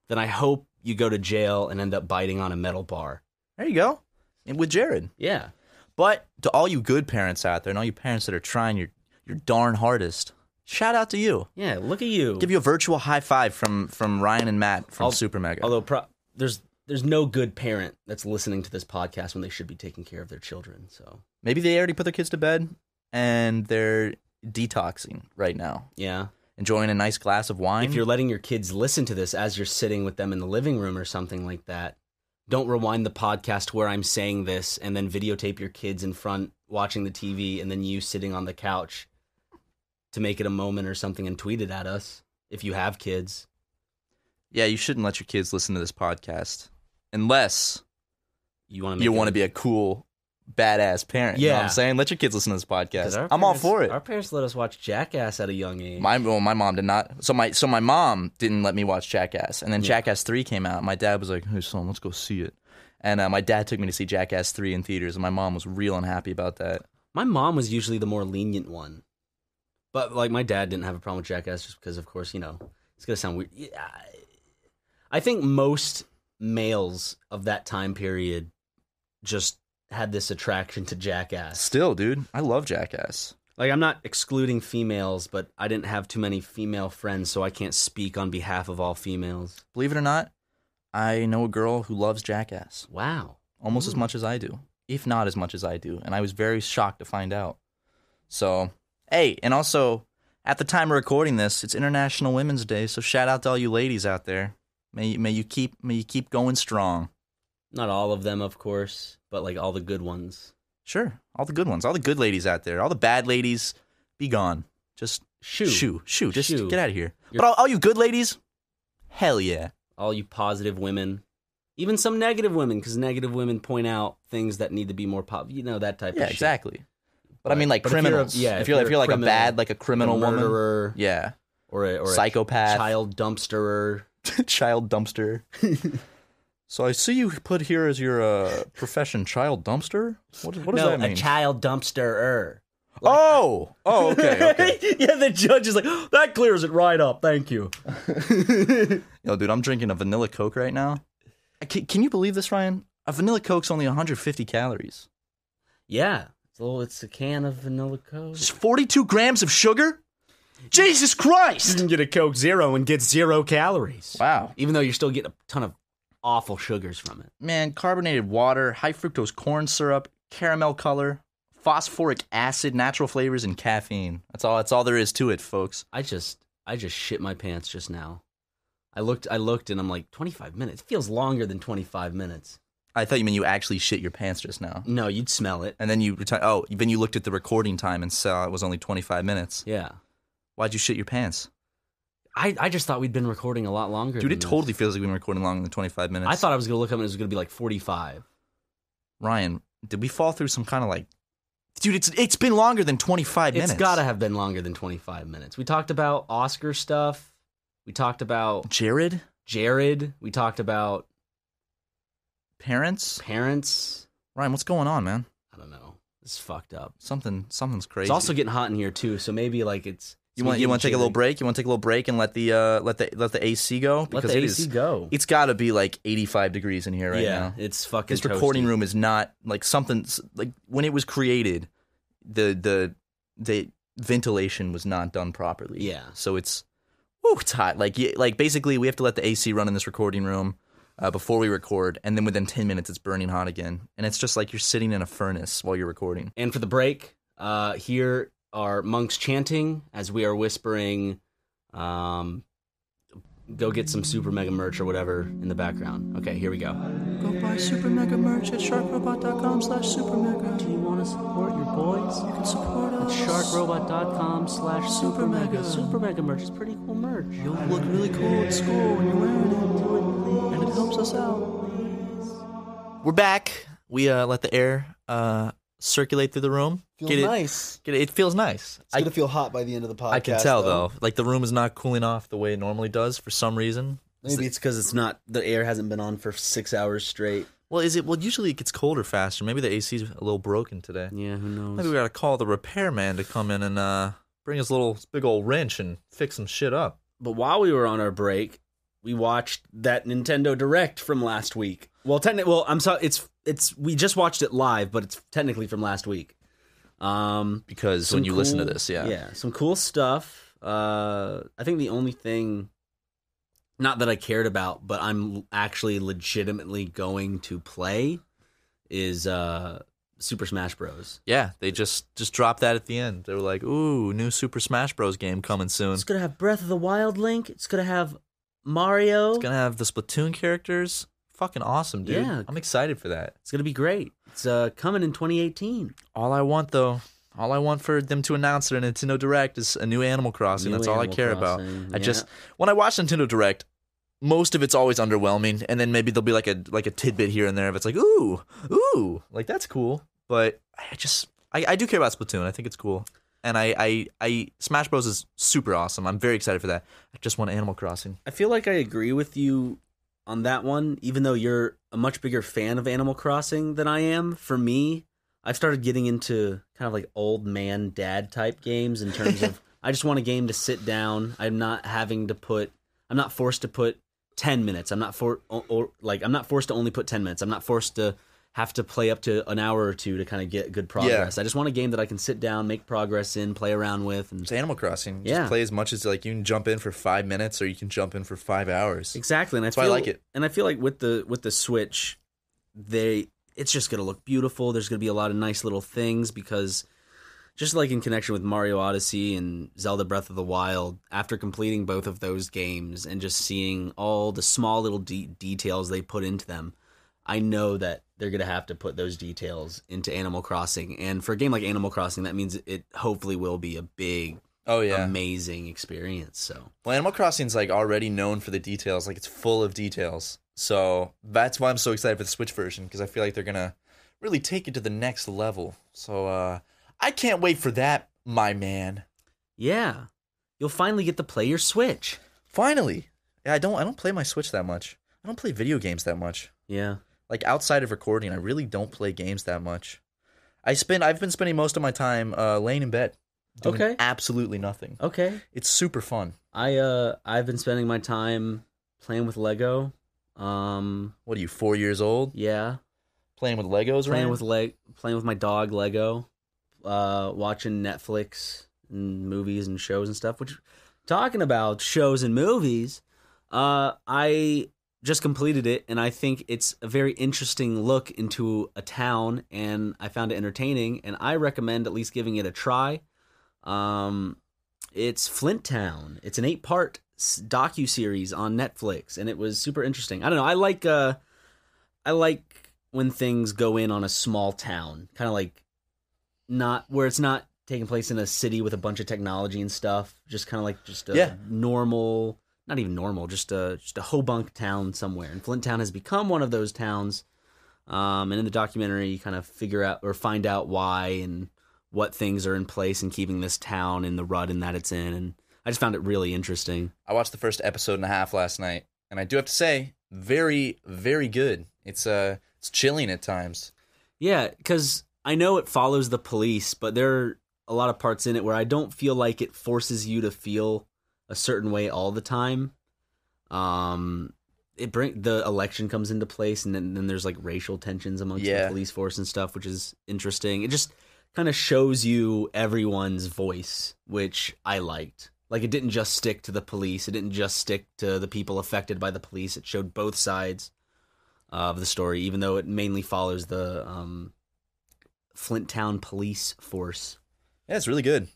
S3: then I hope you go to jail and end up biting on a metal bar.
S2: there you go and with jared
S3: Yeah.
S2: But to all you good parents out there and all you parents that are trying your, your darn hardest, shout out to you.
S3: Yeah, look at you.
S2: Give you a virtual high five from from Ryan and Matt from
S3: Al-
S2: Super Mega.
S3: Although pro- there's there's no good parent that's listening to this podcast when they should be taking care of their children. So,
S2: Maybe they already put their kids to bed and they're detoxing right now,
S3: yeah.
S2: enjoying a nice glass of wine.
S3: if you're letting your kids listen to this as you're sitting with them in the living room or something like that, don't rewind the podcast where I'm saying this and then videotape your kids in front watching the TV and then you sitting on the couch to make it a moment or something and tweet it at us if you have kids.
S2: yeah, you shouldn't let your kids listen to this podcast unless
S3: You want to
S2: you want to be a cool, badass parent. You know what
S3: Yeah.
S2: I'm saying? Let your kids listen to this podcast. I'm all for it.
S3: Our parents let us watch Jackass at a young age.
S2: My well, my mom did not. So my so my mom didn't let me watch Jackass, and then
S3: Yeah.
S2: Jackass three came out. My dad was like, "Hey son, let's go see it," and uh, my dad took me to see Jackass three in theaters, and my mom was real unhappy about that.
S3: My mom was usually the more lenient one, but like my dad didn't have a problem with Jackass just because, of course, you know it's gonna sound weird. Yeah, I- I think most males of that time period just had this attraction to Jackass.
S2: Still, dude, I love Jackass.
S3: Like, I'm not excluding females, but I didn't have too many female friends, so I can't speak on behalf of all females.
S2: Believe it or not, I know a girl who loves Jackass
S3: Wow.
S2: almost as much as I do, if not as much as I do, and I was very shocked to find out. So, hey, and also at the time of recording this, it's International Women's Day, so shout out to all you ladies out there. May may you keep may you keep going strong.
S3: Not all of them, of course, but like all the good ones.
S2: Sure, all the good ones, all the good ladies out there, all the bad ladies, be gone. Just
S3: Shoo.
S2: shoo, shoo, just
S3: Shoo.
S2: get out of here.
S3: You're-
S2: But all, all you good ladies, hell yeah.
S3: All you positive women. Even some negative women, because negative women point out things that need to be more pop. You know, that type
S2: Yeah,
S3: of shit.
S2: exactly. But I mean, like
S3: But if you're a-
S2: criminals.
S3: yeah,
S2: if you're, if you're, like
S3: criminal,
S2: a bad, like a criminal
S3: a
S2: woman.
S3: murderer,
S2: Yeah,
S3: or a, or a
S2: Psychopath.
S3: child dumpsterer.
S2: child dumpster. so I see you put here as your uh, profession, child dumpster. What, what does
S3: no,
S2: that mean?
S3: a child dumpsterer.
S2: oh, oh, okay, okay.
S3: yeah, the judge is like, that clears it right up. Thank you.
S2: Yo, dude, I'm drinking a vanilla Coke right now. I can, can you believe this, Ryan? A vanilla Coke's only 150 calories.
S3: Yeah. So it's a can of vanilla Coke.
S2: It's 42 grams of sugar. Jesus Christ!
S3: can get a Coke Zero and get zero calories.
S2: Wow,
S3: Even though you're still getting a ton of awful sugars from it.
S2: man, carbonated water, high fructose corn syrup, caramel color, phosphoric acid, natural flavors, and caffeine. That's all. That's all there is to it, folks.
S3: I just I just shit my pants just now. I looked I looked and I'm like 25 minutes. feels longer than 25 minutes.
S2: I thought you meant you actually shit your pants just now.
S3: No, you'd smell it.
S2: And then you reti- oh, then you looked at the recording time and saw it was only 25 minutes.
S3: Yeah.
S2: Why'd you shit your pants? I,
S3: I, I just thought we'd been recording a lot longer.
S2: Dude,
S3: than
S2: it
S3: this.
S2: totally feels like we've been recording longer than 25 minutes.
S3: I thought I was gonna look up and it was gonna be like 45.
S2: Ryan, did we fall through some kind of like Dude, it's it's been longer than 25 minutes.
S3: It's gotta have been longer than 25 minutes. We talked about Oscar stuff. We talked about
S2: Jared,
S3: Jared. We talked about
S2: parents.
S3: parents.
S2: Ryan, what's going on, man?
S3: I don't know. It's fucked up.
S2: Something something's crazy.
S3: It's also getting hot in here too, so maybe like it's.
S2: you want you want to take a little break? You want to take a little break and let the uh let the let the AC go
S3: Let
S2: because
S3: the
S2: it
S3: AC
S2: is-
S3: go.
S2: it's got to be like 85 degrees in here right
S3: yeah,
S2: now.
S3: it's fucking.
S2: this recording
S3: toasty.
S2: room is not like something like when it was created the the the ventilation was not done properly
S3: Yeah.
S2: so it's woo, it's hot like you, like basically we have to let the ac run in this recording room uh, before we record and then within 10 minutes it's burning hot again and it's just like you're sitting in a furnace while you're recording
S3: And for the break, uh, here are monks chanting as we are whispering, um, "Go get some super mega merch or whatever" in the background. Okay, here we go.
S7: Go buy Super Mega merch at sharkrobot.com slash super mega.
S3: Do you want to support your boys?
S7: You can support us.
S3: sharkrobot.com slash
S7: Super Mega. Super
S3: mega merch is pretty cool merch.
S7: You'll look really cool at school when you're wearing it. And it helps us out.
S2: we're back we uh, let the air uh, circulate through the room
S4: Feels
S2: Get it-
S4: nice.
S2: get it, it feels nice
S4: It's gonna feel hot by the end of the podcast.
S2: I can tell though, like the room is not cooling off the way it normally does for some reason.
S4: Maybe it's because it's not the air hasn't been on for six hours straight.
S2: Well, is it? Well, usually it gets colder faster. Maybe the AC's a little broken today.
S3: Yeah, who knows?
S2: Maybe we gotta call the repairman to come in and uh, bring his little his big old wrench and fix some shit up.
S3: But while we were on our break, we watched that Nintendo Direct from last week. Well, technically, well, I'm sorry, it's it's we just watched it live, but it's technically from last week. Um,
S2: Because
S3: some
S2: when you listen to
S3: cool-
S2: this, yeah,
S3: yeah, some cool stuff. Uh, I think the only thing, not that I cared about, but I'm actually legitimately going to play, is uh, Super Smash Bros.
S2: Yeah, they just just dropped that at the end. They were like, "Ooh, new Super Smash Bros. game coming soon.
S3: It's
S2: It's
S3: gonna have Breath of the Wild Link. It's gonna have Mario.
S2: gonna have the Splatoon characters. Fucking awesome, dude!
S3: Yeah.
S2: I'm excited for that.
S3: It's gonna be great. It's uh, coming in 2018.
S2: All I want though, all I want for them to announce at a Nintendo Direct is a new Animal Crossing.
S3: New
S2: That's all I
S3: Animal
S2: care
S3: Crossing,
S2: about. I
S3: yeah.
S2: just when I watch Nintendo Direct, most of it's always underwhelming, and then maybe there'll be like a like a tidbit here and there of it's like ooh ooh like that's cool, but I just I, I do care about Splatoon. I think it's cool, and I I I Smash Bros is super awesome. I'm very excited for that. I just want Animal Crossing.
S3: I feel like I agree with you on that one, even though you're a much bigger fan of Animal Crossing than I am. For me, I've started getting into kind of like old man dad type games in terms of I just want a game to sit down. I'm not having to put, I'm not forced to put 10 minutes. I'm not for, or, or like, I'm not forced to only put 10 minutes. I'm not forced to have to play up to an hour or two to kind of get good progress. I just want a game that I can sit down, make progress in, play around with, and
S2: It's Animal Crossing.
S3: Yeah.
S2: Just play as much as like you can jump in for five minutes or you can jump in for five hours.
S3: Exactly, and I
S2: That's why I
S3: feel
S2: like it.
S3: And I feel like with the with the Switch, they it's just gonna look beautiful. There's gonna be a lot of nice little things because just like in connection with Mario Odyssey and Zelda Breath of the Wild, after completing both of those games and just seeing all the small little de- details they put into them, I know that they're gonna have to put those details into Animal Crossing. And for a game like Animal Crossing, that means it hopefully will be a big,
S2: Oh yeah.
S3: amazing experience. So
S2: Well, Animal Crossing's like already known for the details. Like it's full of details. So that's why I'm so excited for the Switch version because I feel like they're gonna really take it to the next level. So uh I can't wait for that, my man.
S3: Yeah. You'll finally get to play your Switch.
S2: Finally. Yeah, I don't I don't play my Switch that much. I don't play video games that much.
S3: Yeah.
S2: like outside of recording, I really don't play games that much. I spend I've been spending most of my time uh, laying in bed, doing
S3: Okay.
S2: absolutely nothing.
S3: Okay.
S2: It's super fun.
S3: I uh I've been spending my time playing with Lego. Um
S2: What are you, four years old,
S3: yeah,
S2: playing with Legos?
S3: playing
S2: Ryan?
S3: with leg playing with my dog Lego. Uh watching Netflix and movies and shows and stuff, which talking about shows and movies, uh I just completed it and I think it's a very interesting look into a town and I found it entertaining and I recommend at least giving it a try. Um, it's Flint Town. It's an eight part docu series on Netflix, and it was super interesting. I don't know. I like uh, I like when things go in on a small town, kind of like not where it's not taking place in a city with a bunch of technology and stuff. Just kind of like just a
S2: Yeah.
S3: normal, not even normal, just a just a hobunk town somewhere. And Flint Town has become one of those towns. Um, and in the documentary, you kind of figure out or find out why and what things are in place and keeping this town in the rut and that it's in. And I just found it really interesting.
S2: I watched the first episode and a half last night, and I do have to say, very very good. It's uh it's chilling at times.
S3: Yeah, because I know it follows the police, but there are a lot of parts in it where I don't feel like it forces you to feel a certain way all the time. Um, it bring the election comes into place, and then, then there's like racial tensions amongst
S2: Yeah.
S3: the police force and stuff, which is interesting. It just kind of shows you everyone's voice, which I liked. Like it didn't just stick to the police, it didn't just stick to the people affected by the police. It showed both sides of the story, even though it mainly follows the um, Flint Town police force.
S2: Yeah, it's really good.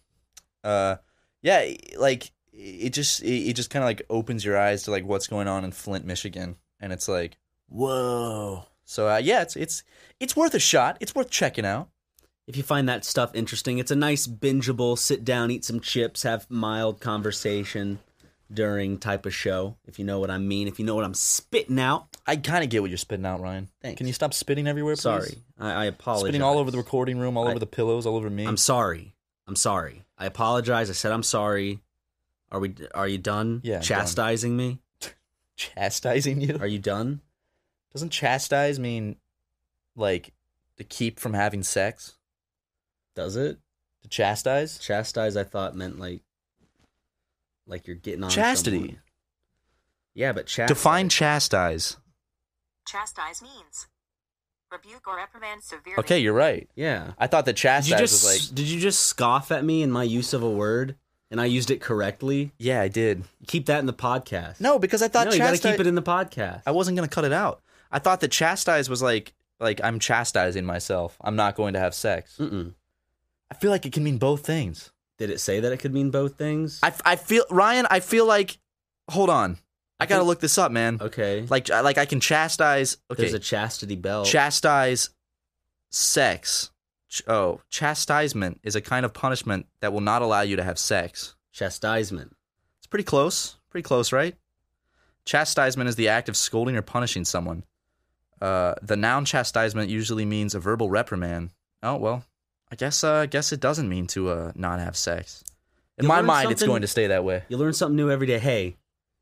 S2: Uh, yeah, like it just it, it just kind of like opens your eyes to like what's going on in Flint, Michigan, and it's like whoa. So uh, yeah, it's it's it's worth a shot. It's worth checking out.
S3: If you find that stuff interesting, it's a nice bingeable sit down, eat some chips, have mild conversation during type of show. If you know what I mean, if you know what I'm spitting out.
S2: I kind of get what you're spitting out, Ryan.
S3: Thanks.
S2: Can you stop spitting everywhere? Please?
S3: Sorry, I, I apologize.
S2: Spitting all over the recording room, all
S3: I-
S2: over the pillows, all over me.
S3: I'm sorry. I'm sorry. I apologize. I said I'm sorry. Are we? Are you done?
S2: Yeah, I'm done.
S3: Chastising me?
S2: chastising you.
S3: Are you done?
S2: Doesn't chastise mean like to keep from having sex?
S3: Does it?
S2: To chastise?
S3: Chastise. I thought meant like, like you're getting on
S2: Chastity.
S3: someone. Yeah, but chastise.
S2: Define chastise.
S8: Chastise means rebuke or reprimand severely.
S2: Okay, you're right.
S3: yeah.
S2: I thought that
S3: Did
S2: chastise
S3: you just
S2: was like
S3: did you just scoff at me in my use of a word and I used it correctly?
S2: Yeah, I did.
S3: Keep that in the podcast.
S2: No, because I thought
S3: no, you
S2: chastise.
S3: gotta keep it in the podcast.
S2: I wasn't gonna cut it out. I thought that chastise was like like I'm chastising myself. I'm not going to have sex.
S3: Mm-mm.
S2: I feel like it can mean both things.
S3: Did it say that it could mean both things?
S2: I, f- I feel Ryan. I feel like hold on. I gotta
S3: think-
S2: look this up, man.
S3: okay.
S2: Like I- like I can chastise. Okay,
S3: There's a chastity belt.
S2: chastise sex. Ch- oh, chastisement is a kind of punishment that will not allow you to have sex.
S3: Chastisement.
S2: It's pretty close. Pretty close, right? Chastisement is the act of scolding or punishing someone. Uh, the noun chastisement usually means a verbal reprimand. Oh well, I guess uh, I guess it doesn't mean to uh, not have sex. In
S3: You
S2: my
S3: learn
S2: mind, it's
S3: something-
S2: going to stay that way.
S3: You learn something new every day. Hey,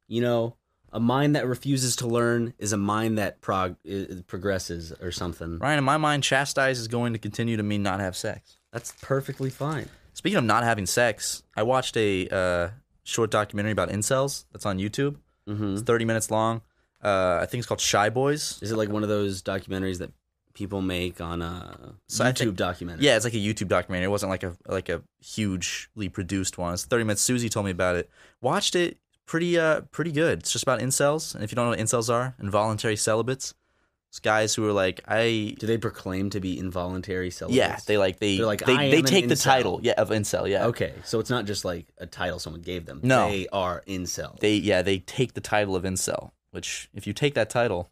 S3: you know, a mind that refuses to learn is a mind that prog- i- progresses or something.
S2: Ryan, in my mind, chastise is going to continue to mean not have sex.
S3: That's perfectly fine.
S2: Speaking of not having sex, I watched a uh, short documentary about incels that's on YouTube.
S3: hmm
S2: It's 30 minutes long. Uh, I think it's called Shy Boys.
S3: Is it like one of those documentaries that people make on a
S2: So I
S3: YouTube
S2: think-
S3: documentary.
S2: Yeah, it's like a YouTube documentary. It wasn't like a like a hugely produced one. It's 30 minutes. Susie told me about it. Watched it. Pretty uh pretty good. It's just about incels, and if you don't know what incels are, involuntary celibates. It's guys who are like I
S3: Do they proclaim to be involuntary celibates?
S2: yeah, they like they
S3: They're like,
S2: they,
S3: "I
S2: they
S3: am an
S2: take the
S3: incel."
S2: title yeah of incel yeah
S3: Okay, so it's not just like a title someone gave them.
S2: No.
S3: they are incel.
S2: they yeah they take the title of incel which if you take that title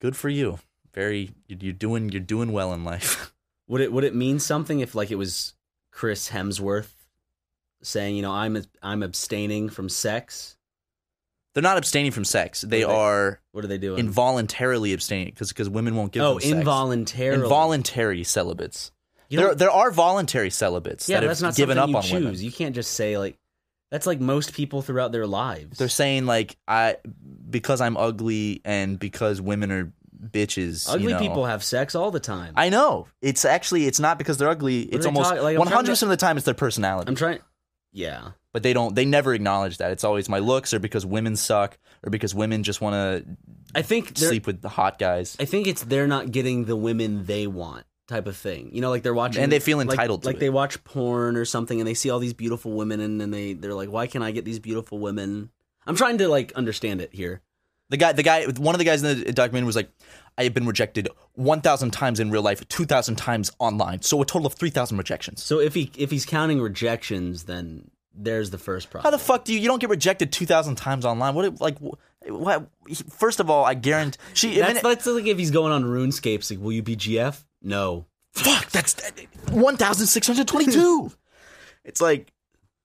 S2: good for you very you- you're doing you're doing well in life
S3: would it would it mean something if like it was Chris Hemsworth saying, you know, I'm I'm abstaining from sex?
S2: they're not abstaining from sex they
S3: What
S2: are
S3: What are they doing?
S2: involuntarily abstaining because women won't give
S3: oh,
S2: them sex.
S3: involuntarily.
S2: involuntary celibates
S3: You
S2: there
S3: don't-
S2: there are voluntary celibates
S3: yeah,
S2: that
S3: but
S2: have
S3: that's not
S2: given up
S3: something
S2: on
S3: you choose.
S2: women
S3: You can't just say like that's like most people throughout their lives.
S2: they're saying like I because I'm ugly and because women are bitches you
S3: Ugly
S2: know.
S3: people have sex all the time.
S2: I know. It's actually it's not because they're ugly.
S3: are
S2: It's
S3: they
S2: almost
S3: talking- like, I'm
S2: one
S3: trying to-
S2: hundred percent of the time it's their personality.
S3: I'm trying. Yeah,
S2: but they don't. They never acknowledge that. It's always my looks, or because women suck, or because women just want
S3: I
S2: to
S3: think they're-
S2: sleep with the hot guys.
S3: I think it's they're not getting the women they want type of thing. You know, like they're watching
S2: And they feel
S3: like-
S2: entitled to
S3: Like
S2: it.
S3: they watch porn or something, and they see all these beautiful women, and then they they're like, why can't I get these beautiful women? I'm trying to like understand it here.
S2: The guy, the guy, one of the guys in the documentary was like, "I have been rejected one thousand times in real life, two thousand times online, so a total of three thousand rejections."
S3: So if he if he's counting rejections, then there's the first problem.
S2: How the fuck do you? You don't get rejected two thousand times online. What? it- Like, wh- what? First of all, I guarantee she. I mean,
S3: That's, that's like if he's going on RuneScapes, like, will you be GF? No.
S2: fuck that's 1622 it's like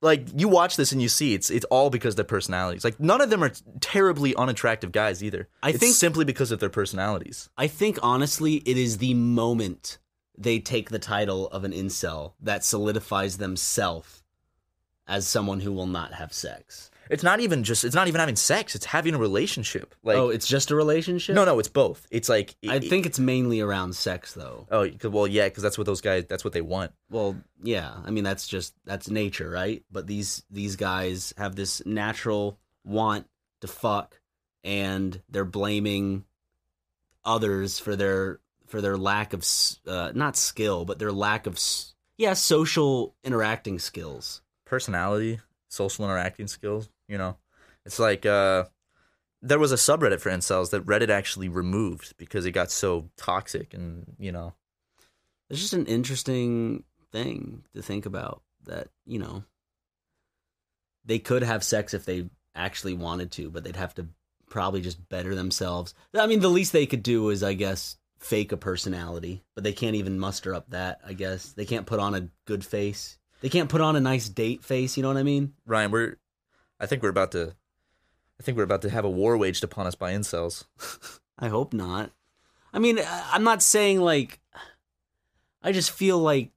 S2: like you watch this and you see it's it's all because of their personalities like none of them are terribly unattractive guys either
S3: I
S2: It's
S3: think-
S2: simply because of their personalities
S3: I think honestly, it is the moment they take the title of an incel that solidifies themselves as someone who will not have sex.
S2: it's not even just it's not even having sex it's having a relationship like
S3: oh, it's just a relationship.
S2: no no it's both it's like
S3: I
S2: it-
S3: think it's mainly around sex, though.
S2: oh 'cause- well yeah because that's what those guys that's what they want
S3: Well, yeah. I mean, that's just that's nature, right? But these these guys have this natural want to fuck, and they're blaming others for their for their lack of s- uh, not skill, but their lack of s- yeah social interacting skills.
S2: personality, social interacting skills. You know, it's like uh, there was a subreddit for incels that Reddit actually removed because it got so toxic, and you know,
S3: It's just an interesting thing to think about that you know they could have sex if they actually wanted to, but they'd have to probably just better themselves. I mean, the least they could do is, I guess, fake a personality, but they can't even muster up that. I guess they can't put on a good face. They can't put on a nice date face. You know what I mean?
S2: Ryan, we're, I think we're about to, I think we're about to have a war waged upon us by incels.
S3: I hope not. I mean, I- I'm not saying like. I just feel like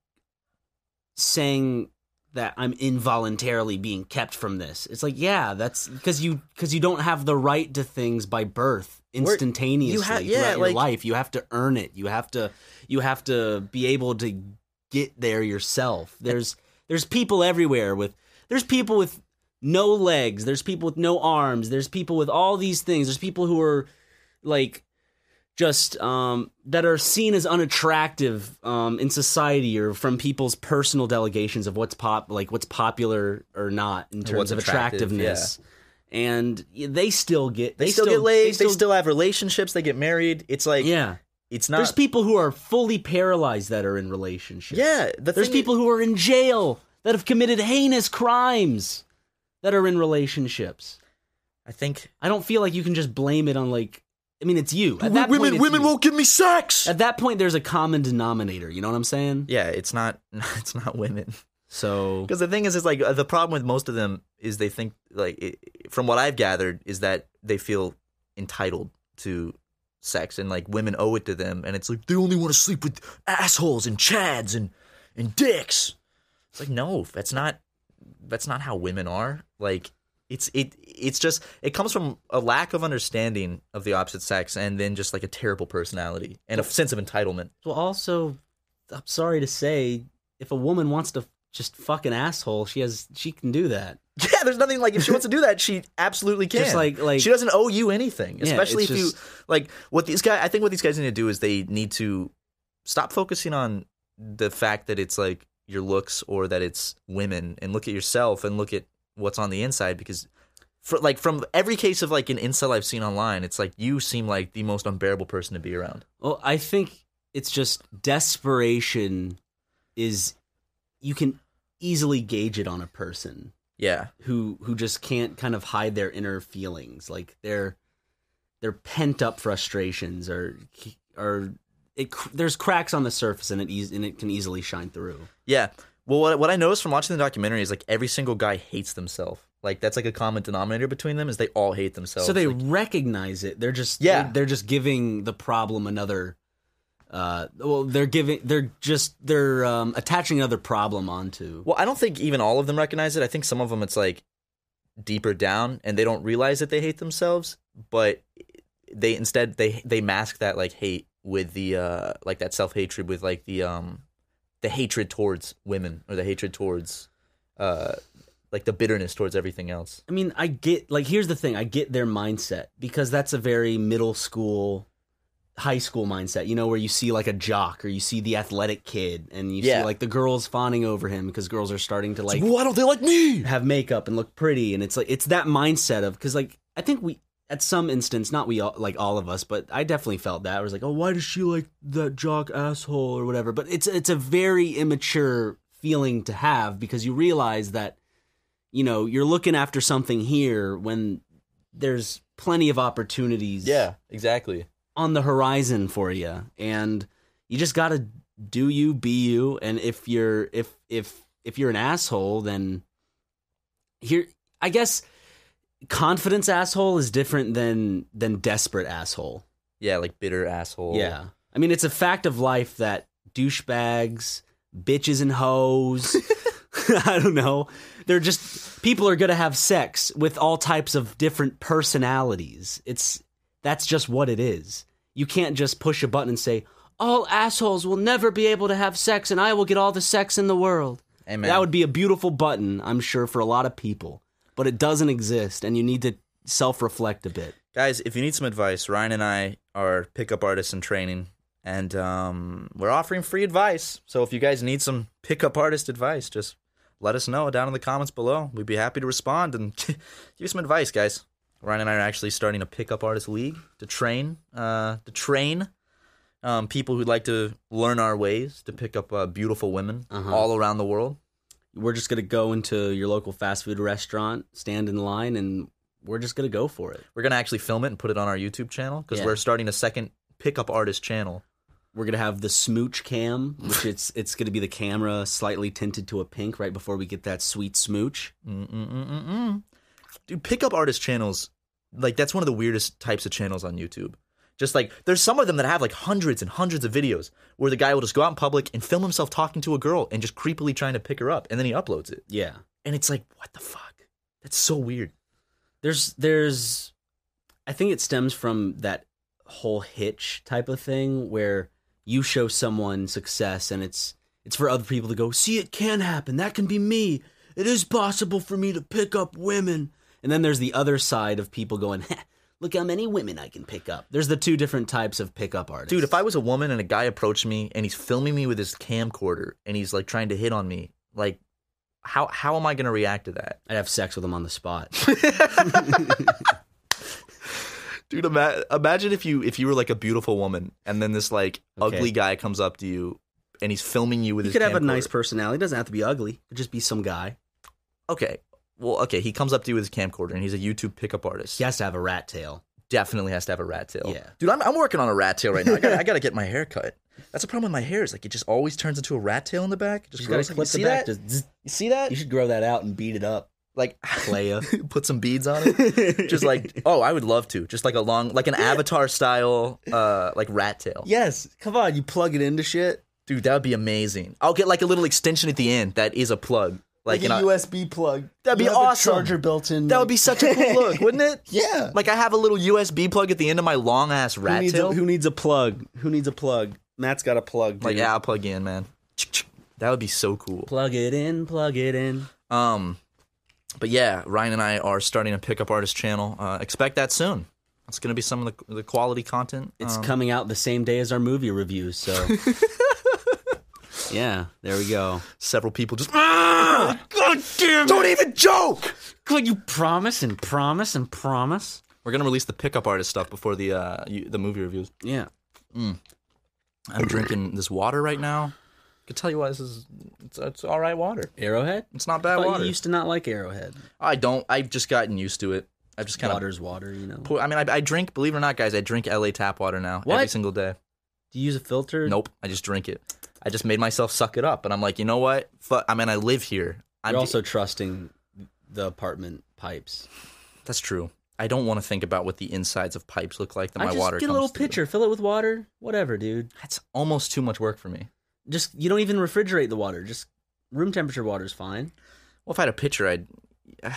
S3: saying that I'm involuntarily being kept from this. It's like, yeah, that's because you because you don't have the right to things by birth instantaneously
S2: you ha- yeah,
S3: throughout
S2: like-
S3: your life. You have to earn it. You have to you have to be able to get there yourself. There's there's people everywhere with there's people with no legs. There's people with no arms. There's people with all these things. There's people who are like just um, that are seen as unattractive um, in society or from people's personal delegations of what's pop like what's popular or not in terms
S2: what's
S3: of
S2: attractive,
S3: attractiveness. And y- they still get
S2: They, still, get laid. They still, have relationships. They get married. It's like
S3: yeah.
S2: it's not.
S3: There's people who are fully paralyzed that are in relationships.
S2: yeah, the
S3: There's
S2: thing is-
S3: people who are in jail that have committed heinous crimes that are in relationships.
S2: I think
S3: I don't feel like you can just blame it on like. I mean, it's you. At that
S2: women
S3: point, it's
S2: women
S3: you.
S2: won't give me sex.
S3: At that point, there's a common denominator. You know what I'm saying?
S2: Yeah, it's not. It's not women.
S3: So
S2: Because the thing is, is like uh, the problem with most of them is they think like it, from what I've gathered is that they feel entitled to sex and like women owe it to them, and it's like they only want to sleep with assholes and chads and and dicks. It's like no, that's not that's not how women are. Like it's it it's just it comes from a lack of understanding of the opposite sex, and then just like a terrible personality and a sense of entitlement.
S3: Well, also, I'm sorry to say, if a woman wants to just fuck an asshole, she has she can do that.
S2: Yeah, there's nothing like if she wants to do that, she absolutely can.
S3: Just like- like-
S2: she doesn't owe you anything,
S3: Yeah,
S2: especially if
S3: it's
S2: you
S3: just-
S2: like what these guys. I think what these guys need to do is they need to stop focusing on the fact that it's like your looks or that it's women, and look at yourself and look at what's on the inside because. For, like from every case of like an incel I've seen online, it's like you seem like the most unbearable person to be around.
S3: Well, I think it's just desperation is you can easily gauge it on a person
S2: Yeah,
S3: who who just can't kind of hide their inner feelings, like their their pent up frustrations or or it cr- there's cracks on the surface and it eas- and it can easily shine through.
S2: Yeah. Well, what, what I noticed from watching the documentary is like every single guy hates themselves. Like that's like a common denominator between them is they all hate themselves.
S3: so they
S2: Like,
S3: recognize it. They're just
S2: Yeah.
S3: They're, they're just giving the problem another. Uh, well, they're giving. They're just they're um, attaching another problem onto.
S2: well, I don't think even all of them recognize it. I think some of them it's like deeper down and they don't realize that they hate themselves, but they instead they they mask that like hate with the uh like that self hatred with like the um the hatred towards women or the hatred towards uh like the bitterness towards everything else.
S3: I mean, I get like here's the thing. I get their mindset because that's a very middle school, high school mindset. You know, where you see like a jock or you see the athletic kid, and you
S2: Yeah.
S3: see like the girls fawning over him because girls are starting to like
S2: Why don't they like me?
S3: have makeup and look pretty and it's like it's that mindset of because like i think we at some instance not we all like all of us but i definitely felt that i was like oh why does she like that jock asshole or whatever but it's it's a very immature feeling to have because you realize that you know you're looking after something here when there's plenty of opportunities
S2: Yeah, exactly.
S3: on the horizon for you and you just got to do you be you and if you're if if if you're an asshole then here i guess confidence asshole is different than than desperate asshole
S2: Yeah, like bitter asshole.
S3: yeah i mean it's a fact of life that douchebags bitches and hoes i don't know they're just people are gonna have sex with all types of different personalities it's that's just what it is you can't just push a button and say all assholes will never be able to have sex and i will get all the sex in the world
S2: Amen.
S3: that would be a beautiful button, I'm sure, for a lot of people, but it doesn't exist, and you need to self reflect a bit.
S2: guys if you need some advice ryan and i are pickup artists in training and um, we're offering free advice so if you guys need some pickup artist advice just let us know down in the comments below we'd be happy to respond and give you some advice guys ryan and i are actually starting a pickup artist league to train uh, to train um, people who'd like to learn our ways to pick up uh, beautiful women
S3: Uh-huh.
S2: all around the world
S3: We're just gonna go into your local fast food restaurant, stand in line, and we're just gonna go for it.
S2: we're gonna actually film it and put it on our youtube channel because
S3: Yeah.
S2: we're starting a second pickup artist channel
S3: We're gonna have the smooch cam, which it's it's gonna be the camera slightly tinted to a pink right before we get that sweet smooch.
S2: Mm-mm-mm-mm-mm. Dude, pickup artist channels, like that's one of the weirdest types of channels on YouTube. Just like there's some of them that have like hundreds and hundreds of videos where the guy will just go out in public and film himself talking to a girl and just creepily trying to pick her up and then he uploads it.
S3: Yeah.
S2: And it's like, what the fuck? That's so weird.
S3: there's there's i think it stems from that whole hitch type of thing where you show someone success and it's it's for other people to go see it can happen that can be me it is possible for me to pick up women and then there's the other side of people going "Heh, look how many women i can pick up there's the two different types of pickup artists
S2: Dude, if I was a woman and a guy approached me and he's filming me with his camcorder and he's like trying to hit on me, like how how am I gonna react to that?
S3: i'd have sex with them on the spot
S2: Dude, ima- imagine if you if you were like a beautiful woman, and then this like
S3: Okay.
S2: ugly guy comes up to you, and he's filming you with
S3: you
S2: his.
S3: could have a
S2: camcorder.
S3: nice personality it doesn't have to be ugly it could just be some guy
S2: okay, well, okay, he comes up to you with his camcorder, and he's a YouTube pickup artist.
S3: he has to have a rat tail
S2: definitely has to have a rat tail.
S3: Yeah.
S2: dude, I'm I'm working on a rat tail right now. I gotta, I gotta get my hair cut. That's the problem with my hair is like it just always turns into a rat tail in the back. It Just
S3: you gotta
S2: grows-
S3: clip
S2: you
S3: the
S2: see
S3: back
S2: that?
S3: just zzz.
S2: you see that?
S4: You should grow that out and beat it up.
S2: like
S3: Playa.
S2: put some beads on it. just like oh, I would love to. Just like a long, like an avatar style, uh, like rat tail.
S4: Yes, come on, you plug it into shit
S2: Dude, that would be amazing. I'll get like a little extension at the end that is a plug. Like,
S4: like,
S2: you
S4: a
S2: know,
S4: USB plug.
S2: That'd be
S4: You have a
S2: awesome.
S4: charger built in.
S2: that would be such a cool look, wouldn't it?
S4: yeah.
S2: Like I have a little USB plug at the end of my long ass
S3: who
S2: rat
S3: needs,
S2: tail.
S3: a, who needs a plug who needs a plug matt's got a plug dude.
S2: like yeah, I'll plug in, man. That would be so cool.
S3: Plug it in, plug it in.
S2: Um But yeah, Ryan and I are starting a pickup artist channel. Uh, expect that soon. It's going to be some of the, the quality content.
S3: It's
S2: um,
S3: coming out the same day as our movie reviews, so yeah, there we go.
S2: Several people just. "Ah,
S5: God damn
S2: Don't even joke!
S5: Could you promise and promise and promise?
S2: We're going to release the pickup artist stuff before the uh, you, the movie reviews.
S3: Yeah.
S2: I'm drinking this water right now. I can tell you why this is. It's, it's all right water.
S3: Arrowhead?
S2: It's not
S3: I
S2: bad
S3: thought
S2: water.
S3: you used to not like Arrowhead.
S2: I don't. I've just gotten used to it. I've just kind
S3: Water's water, you know.
S2: of. I mean, I, I drink. Believe it or not, guys, I drink LA tap water now every
S3: What?
S2: single day.
S3: Do you use a filter?
S2: Nope, I just drink it. I just made myself suck it up, and I'm like, you know what? Fuck. I mean, I live here. I'm
S3: You're also trusting the apartment pipes.
S2: that's true. I don't want to think about what the insides of pipes look like that my
S3: I just
S2: water
S3: get a
S2: comes
S3: little
S2: through.
S3: pitcher, fill it with water, whatever, dude.
S2: That's almost too much work for me.
S3: Just you don't even refrigerate the water. Just room temperature water's fine.
S2: Well, if I had a pitcher, I'd.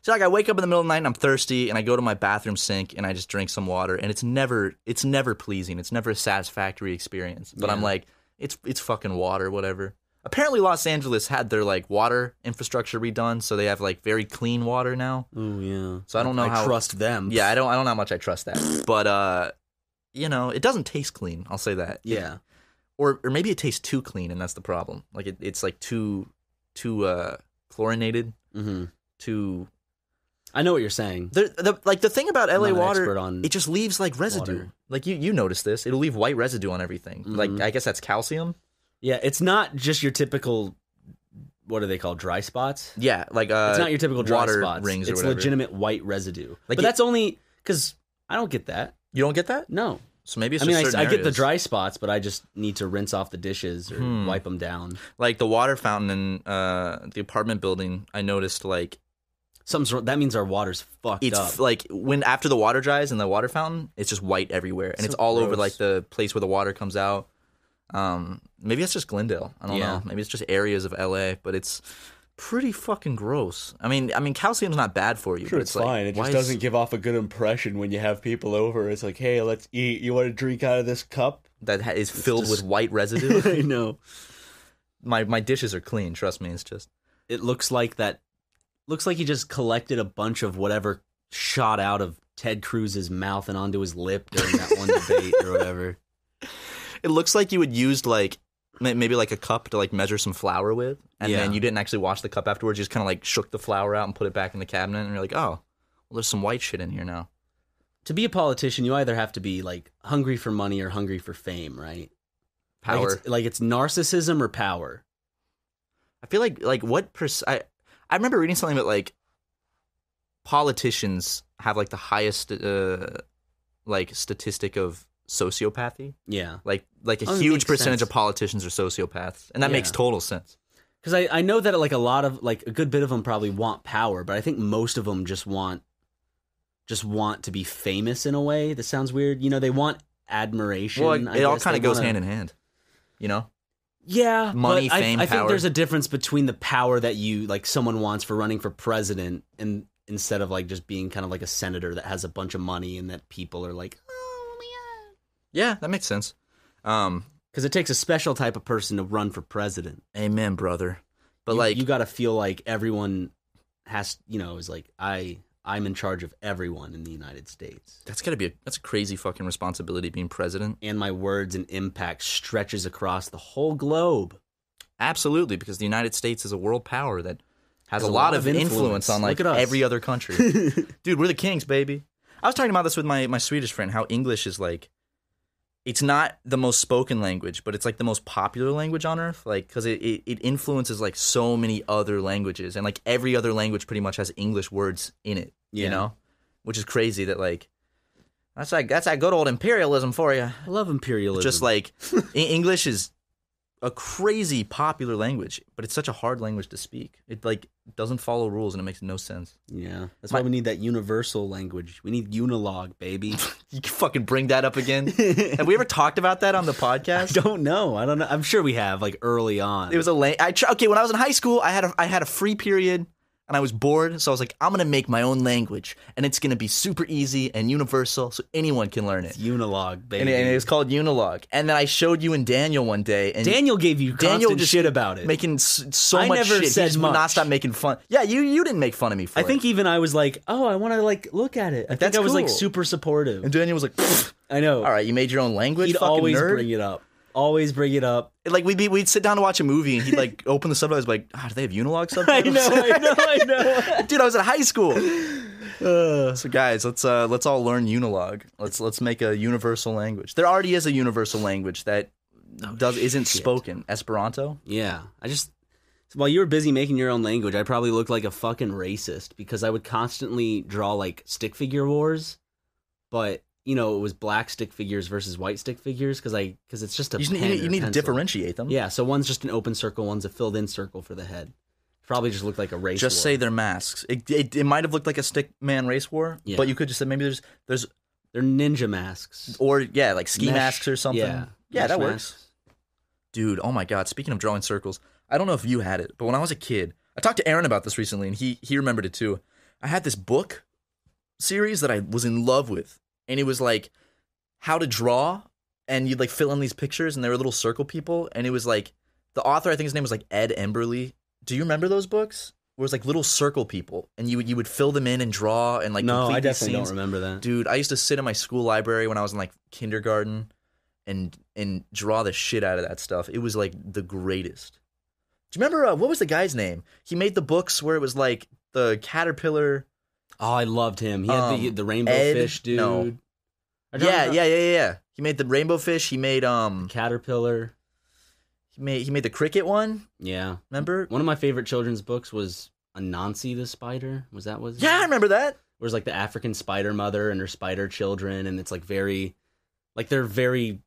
S2: So like I wake up in the middle of the night and I'm thirsty and I go to my bathroom sink and I just drink some water and it's never it's never pleasing. It's never a satisfactory experience. But I'm
S3: Yeah.
S2: like, it's it's fucking water, whatever. Apparently Los Angeles had their like water infrastructure redone, so they have like very clean water now.
S3: Oh yeah.
S2: So I don't know
S3: I
S2: how
S3: trust them.
S2: Yeah, I don't I don't know how much I trust that. but uh you know, it doesn't taste clean, I'll say that.
S3: Yeah.
S2: Or or maybe it tastes too clean and that's the problem. Like it, it's like too too uh chlorinated,
S3: hmm
S2: too
S3: I know what you're saying.
S2: The, the like the thing about
S3: I'm
S2: LA
S3: not an
S2: water,
S3: expert on
S2: it just leaves like residue. Mm-hmm.
S3: water.
S2: Like you you notice this, it'll leave white residue on everything. Like
S3: Mhm.
S2: I guess that's calcium.
S3: Yeah, it's not just your typical what are they called? Dry spots?
S2: Yeah, like uh,
S3: it's not your typical dry
S2: water
S3: spots.
S2: rings or
S3: it's
S2: whatever.
S3: legitimate white residue.
S2: Like
S3: but
S2: it-
S3: that's only because I don't get that.
S2: You don't get that,
S3: No,
S2: so maybe it's
S3: I mean
S2: just certain
S3: I, I get the
S2: areas.
S3: dry spots, but I just need to rinse off the dishes or
S2: Hmm.
S3: wipe them down.
S2: like the water fountain in uh, the apartment building. I noticed like
S3: Something's wrong. That means our water's fucked
S2: it's
S3: up.
S2: f- like when after the water dries in the water fountain, it's just white everywhere, and
S3: So
S2: it's all over
S3: gross.
S2: like the place where the water comes out. Um, maybe it's just Glendale. I don't
S3: Yeah.
S2: know. Maybe it's just areas of LA, but it's pretty fucking gross. I mean, I mean, calcium's not bad for you.
S4: Sure,
S2: but
S4: it's,
S2: like,
S4: fine. It
S2: why
S4: just
S2: is-
S4: doesn't give off a good impression when you have people over. It's like, hey, let's eat. You want to drink out of this cup?
S2: that ha- is filled
S3: just-
S2: with white residue.
S3: I know.
S2: my my dishes are clean. Trust me. It's just
S3: It looks like that. Looks like he just collected a bunch of whatever shot out of Ted Cruz's mouth and onto his lip during that one debate or whatever.
S2: it looks like you would used like ma- maybe like a cup to like measure some flour with, and
S3: Yeah.
S2: then you didn't actually wash the cup afterwards. You just kind of like shook the flour out and put it back in the cabinet, and you're like, oh, well, there's some white shit in here now.
S3: To be a politician, you either have to be like hungry for money or hungry for fame, right? Like
S2: Power.
S3: it's, like it's narcissism or power.
S2: I feel like like what pers- I I remember reading something about like politicians have like the highest uh like statistic of sociopathy.
S3: Yeah.
S2: Like like a
S3: Oh, that
S2: huge
S3: makes
S2: percentage
S3: sense.
S2: of politicians are sociopaths, and that makes
S3: Yeah.
S2: total sense.
S3: Because I, I know that like a lot of like a good bit of them probably want power, but I think most of them just want just want to be famous in a way that sounds weird. You know, they want admiration.
S2: Well,
S3: I
S2: it, it all
S3: guess.
S2: kind
S3: They
S2: of goes
S3: wanna-
S2: hand in hand, you know.
S3: Yeah,
S2: Money,
S3: but I-
S2: fame,
S3: I,
S2: power.
S3: think there's a difference between the power that you like someone wants for running for president, and instead of like just being kind of like a senator that has a bunch of money and that people are like, "Ah."
S2: Yeah, that makes sense. Um,
S3: because it takes a special type of person to run for president.
S2: amen, brother. But
S3: You-
S2: like,
S3: you got to feel like everyone has, you know, is like I I'm in charge of everyone in the United States.
S2: that's gotta be a, that's a crazy fucking responsibility being president.
S3: and my words and impact stretches across the whole globe.
S2: Absolutely, because the United States is a world power that has,
S3: Has
S2: a lot, of influence, on like
S3: Look at us.
S2: every other country. Dude, we're the kings, baby. I was talking about this with my my Swedish friend. How English is like, it's not the most spoken language, but it's like the most popular language on earth. Like, because it, it it influences like so many other languages, and like every other language pretty much has English words in it. You
S3: Yeah.
S2: know, which is crazy that like. That's like that's that good old imperialism for you.
S3: I love imperialism.
S2: Just like E- English is a crazy popular language, but it's such a hard language to speak. It like doesn't follow rules and it makes no sense.
S3: yeah, that's
S2: My-
S3: why we need that universal language. We need unilog, baby.
S2: You can fucking bring that up again. Have
S3: I
S2: we ever talked about that on the podcast?
S3: don't know. I don't know. I'm sure we have like early on.
S2: It was a la- I tr- okay when I was in high school. I had a I had a free period and I was bored, so I was like, I'm gonna make my own language, and it's gonna be super easy and universal, so anyone can learn it.
S3: It's Unilog, baby.
S2: And it, and it was called Unilog. And then I showed you and Daniel one day, and
S3: Daniel gave you constant
S2: Daniel just
S3: shit about it.
S2: making s- so
S3: I
S2: much
S3: never
S2: shit. He
S3: said
S2: just would not
S3: much.
S2: stop making fun. Yeah, you you didn't make fun of me for
S3: I
S2: it.
S3: think even I was like, oh, I want to like look at it. I think
S2: That's
S3: I was like
S2: cool.
S3: super supportive.
S2: And Daniel was like, "Pfft,
S3: I know.
S2: "All right, you made your own language,
S3: he'd
S2: fucking
S3: always
S2: nerd."
S3: bring it up. Always bring it up.
S2: Like we'd be, we'd sit down to watch a movie, and he'd like open the subtitles, like, "Ah, do they have Unilog
S3: I
S2: subtitles?"
S3: know. I know. I know.
S2: dude, I was at high school. so guys, let's uh, let's all learn Unilog. Let's let's make a universal language. There already is a universal language that
S3: Oh,
S2: does isn't spoken. Esperanto.
S3: Yeah, I just while you were busy making your own language, I probably looked like a fucking racist because I would constantly draw like stick figure wars, but you know it was black stick figures versus white stick figures because I because it's just a
S2: You,
S3: pen
S2: just need,
S3: or
S2: you need to
S3: pencil.
S2: differentiate them.
S3: Yeah, so one's just an open circle, one's a filled in circle for the head. Probably just looked like a race.
S2: Just
S3: war.
S2: say they're masks. It, it, it might have looked like a stick man race war,
S3: Yeah.
S2: but you could just say maybe there's there's
S3: they're ninja masks,
S2: or yeah like ski
S3: Mesh-
S2: masks or something.
S3: Yeah,
S2: yeah
S3: mesh
S2: that works.
S3: masks.
S2: Dude, oh my god, speaking of drawing circles, I don't know if you had it, but when I was a kid, I talked to Aaron about this recently and he he remembered it too. I had this book series that I was in love with, and it was like how to draw and you'd like fill in these pictures and they were little circle people and it was like the author I think his name was like Ed Emberley. Do you remember those books? Where it was like little circle people and you would you would fill them in and draw and like
S3: no,
S2: complete
S3: I
S2: these
S3: definitely
S2: scenes.
S3: don't remember that.
S2: Dude, I used to sit in my school library when I was in like kindergarten and and draw the shit out of that stuff. It was like the greatest. Do you remember uh, what was the guy's name? He made the books where it was like the caterpillar.
S3: Oh, I loved him. He had the
S2: Um,
S3: the rainbow
S2: Ed-
S3: fish dude.
S2: no.
S3: I don't
S2: Yeah,
S3: know.
S2: yeah, yeah, yeah, yeah. He made the rainbow fish. He made um.
S3: Caterpillar.
S2: He made he made the cricket one.
S3: Yeah.
S2: Remember?
S3: One of my favorite children's books was Anansi the Spider. Was that was?
S2: Yeah, I remember that.
S3: Where it's like the African spider mother and her spider children, and it's like very, like they're very,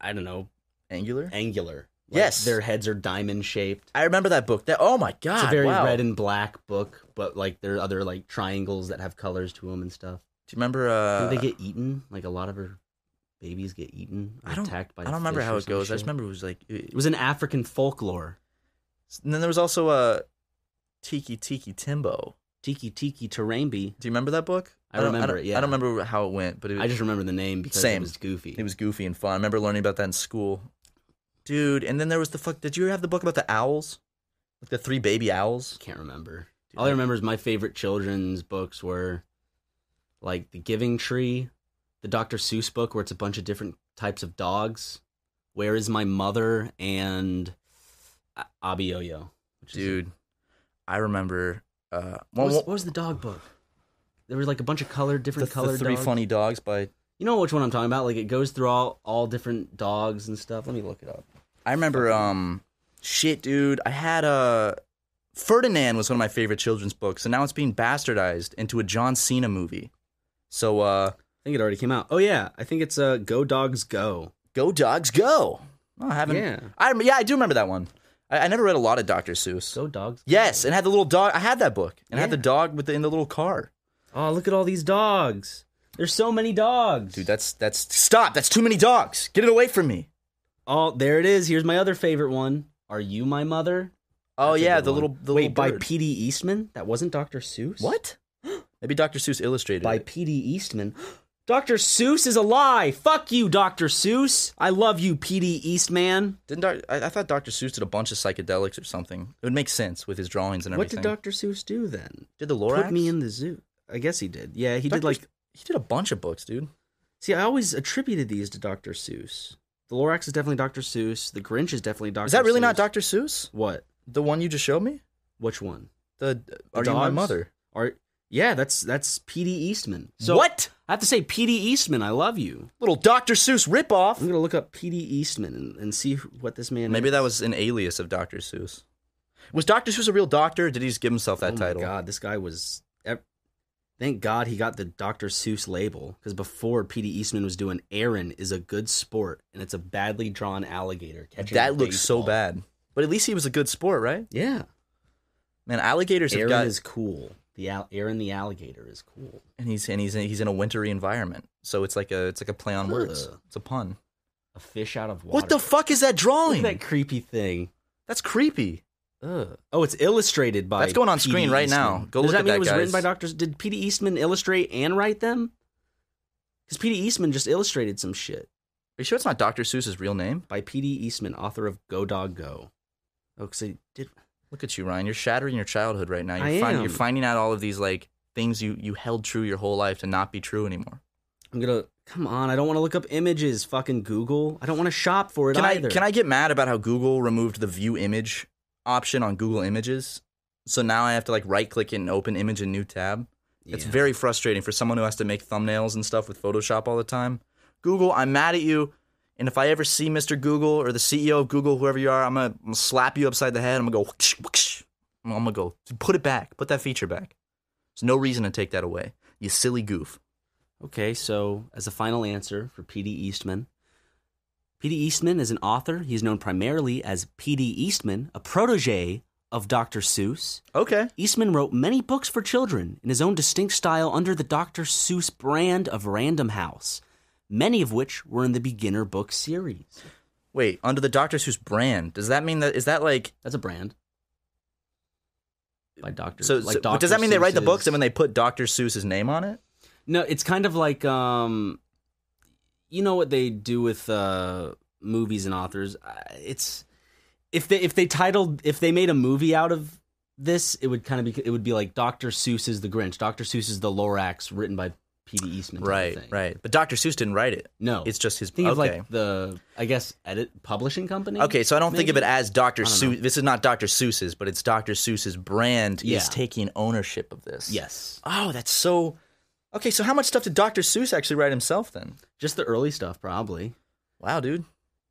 S3: I don't know,
S2: Angular.
S3: angular. Like,
S2: Yes.
S3: their heads are diamond shaped.
S2: I remember that book. That oh my god,
S3: It's a very
S2: wow.
S3: red and black book, but like there are other like triangles that have colors to them and stuff.
S2: Do you remember?
S3: Do
S2: Uh,
S3: they get eaten? Like a lot of her babies get eaten. Or
S2: I don't.
S3: Attacked by
S2: I don't remember
S3: fish
S2: how
S3: or
S2: it
S3: some
S2: goes. I
S3: shit.
S2: just remember it was like. It,
S3: it was an African folklore.
S2: and then there was also uh, Tiki Tiki Timbo.
S3: Tiki Tiki Terambi.
S2: Do you remember that book?
S3: I
S2: don't-
S3: remember
S2: don't-
S3: it, yeah.
S2: I don't remember how it went, but it,
S3: I just remember the name because
S2: Same.
S3: it was goofy.
S2: it was goofy and fun. I remember learning about that in school, dude. And then there was the fuck. Did you have the book about the owls, like the three baby owls?
S3: Can't remember. All I remember is my favorite children's books were like The Giving Tree, the Dr. Seuss book where it's a bunch of different types of dogs, Where Is My Mother, and uh, A- Abioyo. Which
S2: Dude, I remember. Uh,
S3: what,
S2: one-
S3: was,
S2: one-
S3: what was the dog book? There was like a bunch of color,
S2: the,
S3: different
S2: the
S3: colored
S2: three
S3: dogs.
S2: funny dogs by.
S3: You know which one I'm talking about? Like it goes through all, all different dogs and stuff. Let me look it up.
S2: I remember. Um, shit, dude. I had a. Ferdinand was one of my favorite children's books, and now it's being bastardized into a John Cena movie. So, uh,
S3: I think it already came out. Oh yeah, I think it's uh, Go Dogs Go.
S2: Go Dogs Go. Oh, I haven't.
S3: Yeah.
S2: I rem- yeah, I do remember that one. I, I never read a lot of Doctor Seuss.
S3: Go Dogs. Go.
S2: yes, and had the little dog. I had that book and had the
S3: Yeah.
S2: dog with the, in the little car.
S3: Oh, look at all these dogs. There's so many dogs.
S2: Dude, that's that's stop. That's too many dogs. Get it away from me.
S3: Oh, there it is. Here's my other favorite one. Are you my mother?
S2: Oh
S3: That's a
S2: yeah,
S3: good
S2: the
S3: one.
S2: little the
S3: Wait,
S2: little
S3: by
S2: bird.
S3: P.D. Eastman? That wasn't Dr. Seuss?
S2: what? Maybe Doctor Seuss illustrated
S3: By
S2: it.
S3: P.D. Eastman. Dr. Seuss is a lie. Fuck you, Dr. Seuss. I love you, P.D. Eastman.
S2: Didn't Doc- I, I thought Doctor Seuss did a bunch of psychedelics or something? It would make sense with his drawings and
S3: What
S2: everything.
S3: did Dr. Seuss do then?
S2: Did the Lorax?
S3: Put me in the zoo. I guess he did. Yeah, he did
S2: Dr.
S3: like.
S2: He did a bunch of books, dude.
S3: See, I always attributed these to Dr. Seuss. The Lorax is definitely Dr. Seuss. The Grinch is definitely Dr.
S2: Is that really
S3: Seuss.
S2: not Doctor Seuss?
S3: What?
S2: The one you just showed me?
S3: Which one?
S2: The
S3: The
S2: Are You My
S3: dogs?
S2: Mother?
S3: Are yeah, that's that's P.D. Eastman. So
S2: What?
S3: I have to say, P.D. Eastman, I love you.
S2: Little Doctor Seuss ripoff.
S3: I'm gonna look up P.D. Eastman and, and see who- what this man.
S2: Mm. Maybe
S3: is.
S2: that was an alias of Dr. Seuss. Was Dr. Seuss a real doctor? Or did he just give himself that
S3: oh
S2: title?
S3: My God, this guy was. ev- Thank God he got the Dr. Seuss label because before P.D. Eastman was doing Aaron is a good sport and it's a badly drawn alligator catching. a
S2: That looks so
S3: baseball.
S2: bad. But at least he was a good sport, right?
S3: Yeah,
S2: Man, alligators
S3: Aaron
S2: have got
S3: is cool. The al- Aaron the alligator is cool.
S2: and he's and he's in, he's in a wintry environment. So it's like a it's like a play on words.
S3: Ugh.
S2: It's a pun.
S3: A fish out of water.
S2: What the fuck is that
S3: Look
S2: drawing?
S3: at that creepy thing.
S2: That's creepy. Ugh.
S3: Oh, it's illustrated by.
S2: That's going on
S3: P.D.
S2: screen right now.
S3: Eastman.
S2: Go look
S3: Does that
S2: at
S3: mean
S2: that,
S3: it was
S2: guys.
S3: written by doctors? Did P.D. Eastman illustrate and write them? Because P.D. Eastman just illustrated some shit
S2: Are you sure it's not Dr. Seuss's real name?
S3: by P.D. Eastman, author of Go Dog Go. Oh, because they did.
S2: Look at you, Ryan. You're shattering your childhood right now. You're,
S3: I
S2: finding
S3: am.
S2: you're finding out all of these like things you you held true your whole life to not be true anymore.
S3: I'm gonna come on. I don't want to look up images. Fucking Google. I don't want to shop for it
S2: Can
S3: either.
S2: I can I get mad about how Google removed the view image option on Google Images? So now I have to like right click it and open image in new tab. It's
S3: Yeah.
S2: very frustrating for someone who has to make thumbnails and stuff with Photoshop all the time. Google, I'm mad at you. And if I ever see Mr. Google or the CEO of Google, whoever you are, I'm gonna, I'm gonna slap you upside the head. I'm gonna go. whoosh, whoosh. I'm gonna go. Put it back. Put that feature back. There's no reason to take that away. You silly goof.
S3: Okay, so as a final answer for P.D. Eastman, P.D. Eastman is an author. He's known primarily as P.D. Eastman, a protege of Dr. Seuss.
S2: Okay.
S3: Eastman wrote many books for children in his own distinct style under the Dr. Seuss brand of Random House, many of which were in the beginner book series.
S2: Wait. Under the Doctor Seuss brand, does that mean that is that like
S3: That's a brand. By Dr.
S2: so?
S3: like
S2: so-
S3: Dr.
S2: does that mean they write the books
S3: Seuss's-
S2: and when they put Doctor Seuss's name on it?
S3: No, it's kind of like um, you know what they do with uh movies and authors. Uh, It's if they if they titled if they made a movie out of this, it would kind of be it would be like Doctor Seuss is the Grinch, Doctor Seuss is the Lorax, written by P.D. Eastman. type of
S2: Right.
S3: thing.
S2: Right. But Doctor Seuss didn't write it.
S3: No,
S2: It's just his.
S3: think
S2: okay.
S3: of like the I guess edit publishing company.
S2: Okay, so I don't think of it
S3: maybe?
S2: as Dr.
S3: I don't
S2: Seuss.
S3: know.
S2: This is not Dr. Seuss's, but it's Dr. Seuss's brand
S3: Yeah.
S2: is taking ownership of this.
S3: yes,
S2: Oh, that's so. Okay, so how much stuff did Dr. Seuss actually write himself then?
S3: just the early stuff probably.
S2: Wow, dude.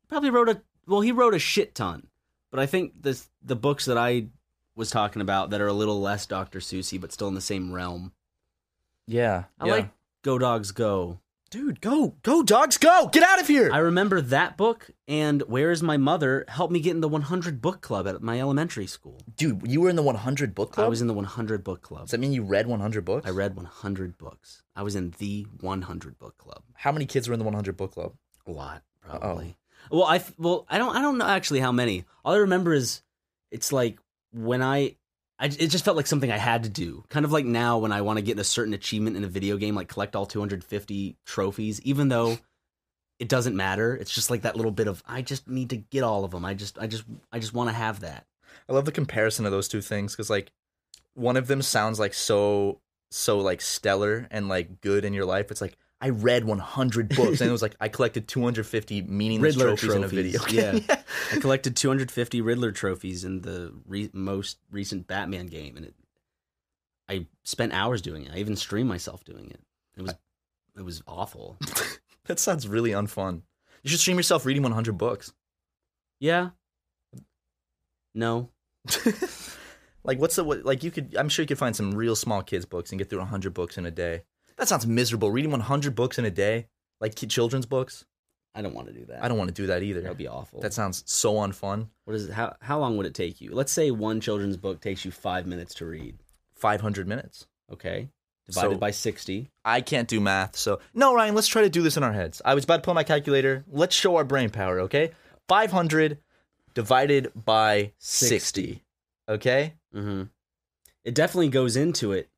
S3: probably wrote a well he wrote a shit ton but i think the the books that i was talking about that are a little less dr susie but still in the same realm
S2: Yeah.
S3: i like go dogs go
S2: Dude, go, go, dogs, go! Get out of here!
S3: i remember that book and where is my mother helped me get in the 100 book club at my elementary school
S2: dude, you were in the 100 book club?
S3: i was in the 100 book club
S2: Does that mean you read 100 books?
S3: i read 100 books i was in the 100 book club
S2: How many kids were in the 100 book club?
S3: A lot, probably. Well, I th- well, I don't I don't know actually how many. All I remember is it's like when I, I it just felt like something I had to do. Kind of like now when I want to get a certain achievement in a video game, like collect all 250 trophies, even though it doesn't matter. It's just like that little bit of I just need to get all of them. I just I just I just want to have that.
S2: I love the comparison of those two things because like one of them sounds like so so like stellar and like good in your life. It's like I read 100 books and it was like I collected 250 meaningless
S3: Riddler
S2: trophies, in a video. game.
S3: trophies, I collected 250 Riddler trophies in the re- most recent Batman game, and it, I spent hours doing it. I even streamed myself doing it. It was it was awful.
S2: that sounds really unfun. You should stream yourself reading 100 books.
S3: Yeah. No.
S2: Like what's the what, like you could I'm sure you could find some real small kids books and get through 100 books in a day. That sounds miserable. Reading 100 books in a day, like ki- children's books.
S3: I don't want to do that.
S2: I don't want to do that either.
S3: That would be awful.
S2: That sounds so unfun.
S3: what is it? How how long would it take you? Let's say one children's book takes you five minutes to read.
S2: 500 minutes.
S3: Okay, divided
S2: So-
S3: by sixty.
S2: I can't do math, so no, Ryan. Let's try to do this in our heads. I was about to pull my calculator. Let's show our brain power, okay? Five hundred divided by 60.
S3: 60.
S2: Okay,
S3: Mm-hmm. It definitely goes into it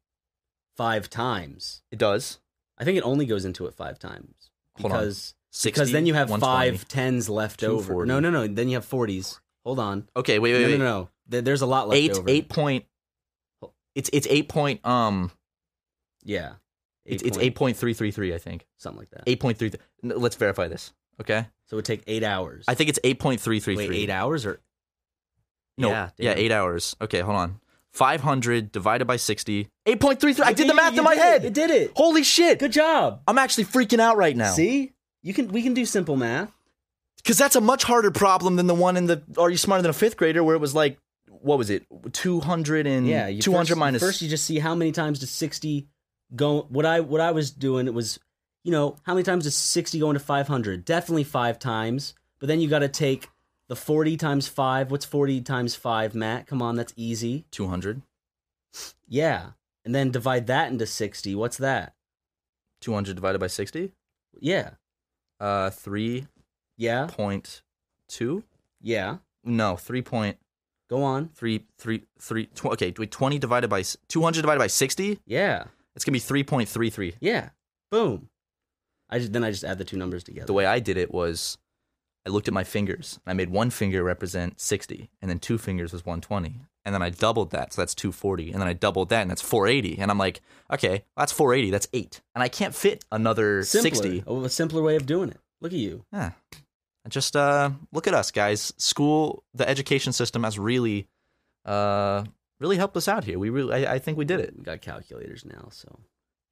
S3: five times.
S2: it does.
S3: I think it only goes into it five times
S2: Hold on.
S3: because
S2: 60,
S3: because then you have
S2: 120.
S3: five tens left over.
S2: 240.
S3: No, no, no. Then you have forties. Hold on.
S2: Okay, wait, wait,
S3: no,
S2: wait.
S3: no, no. There- There's a lot left
S2: Eight,
S3: over.
S2: eight point. It's it's eight point um.
S3: Yeah.
S2: it's it's
S3: point-
S2: eight point three three three. I think
S3: Something like that.
S2: eight point three. Let's verify this. Okay,
S3: So it would take eight hours.
S2: I think it's eight point three three
S3: Wait,
S2: three.
S3: eight hours or?
S2: No, yeah,
S3: Yeah, damn.
S2: eight hours. Okay, hold on. Five hundred divided by 60. 8.33. I
S3: You
S2: did the math
S3: you
S2: in my
S3: did it.
S2: head.
S3: You did it.
S2: Holy shit.
S3: Good job.
S2: I'm actually freaking out right now.
S3: See, you can we can do simple math.
S2: Because that's a much harder problem than the one in the Are You Smarter Than a Fifth Grader where it was like, what was it? 200 and
S3: Yeah, you
S2: 200
S3: first,
S2: Mm. minus.
S3: First, you just see how many times does sixty go. What I what I was doing it was, you know, how many times does sixty go into five hundred? Definitely five times. But then you got to take the forty times five. What's forty times five, Matt? Come on, that's easy.
S2: 200,
S3: Yeah, and then divide that into sixty. What's that?
S2: 200 divided by 60,
S3: Yeah,
S2: uh, 3.2?
S3: yeah, yeah.
S2: No, 3. Point,
S3: Go on.
S2: Three, three, three. Tw- okay, wait, twenty divided by two hundred divided by sixty.
S3: Yeah.
S2: It's gonna be three point three three.
S3: Yeah. Boom. I just then I just add the two numbers together.
S2: The way I did it was, I looked at my fingers. and I made one finger represent sixty, and then two fingers was one twenty, and then I doubled that, so that's two forty, and then I doubled that, and that's four eighty, and I'm like, okay, that's four eighty, that's eight, and I can't fit another
S3: Simpler.
S2: sixty.
S3: Oh, a simpler way of doing it. Look at you.
S2: Yeah. Just uh, look at us, guys. School, the education system has really, uh, really helped us out here. We really, I, I think we did it.
S3: We got calculators now, so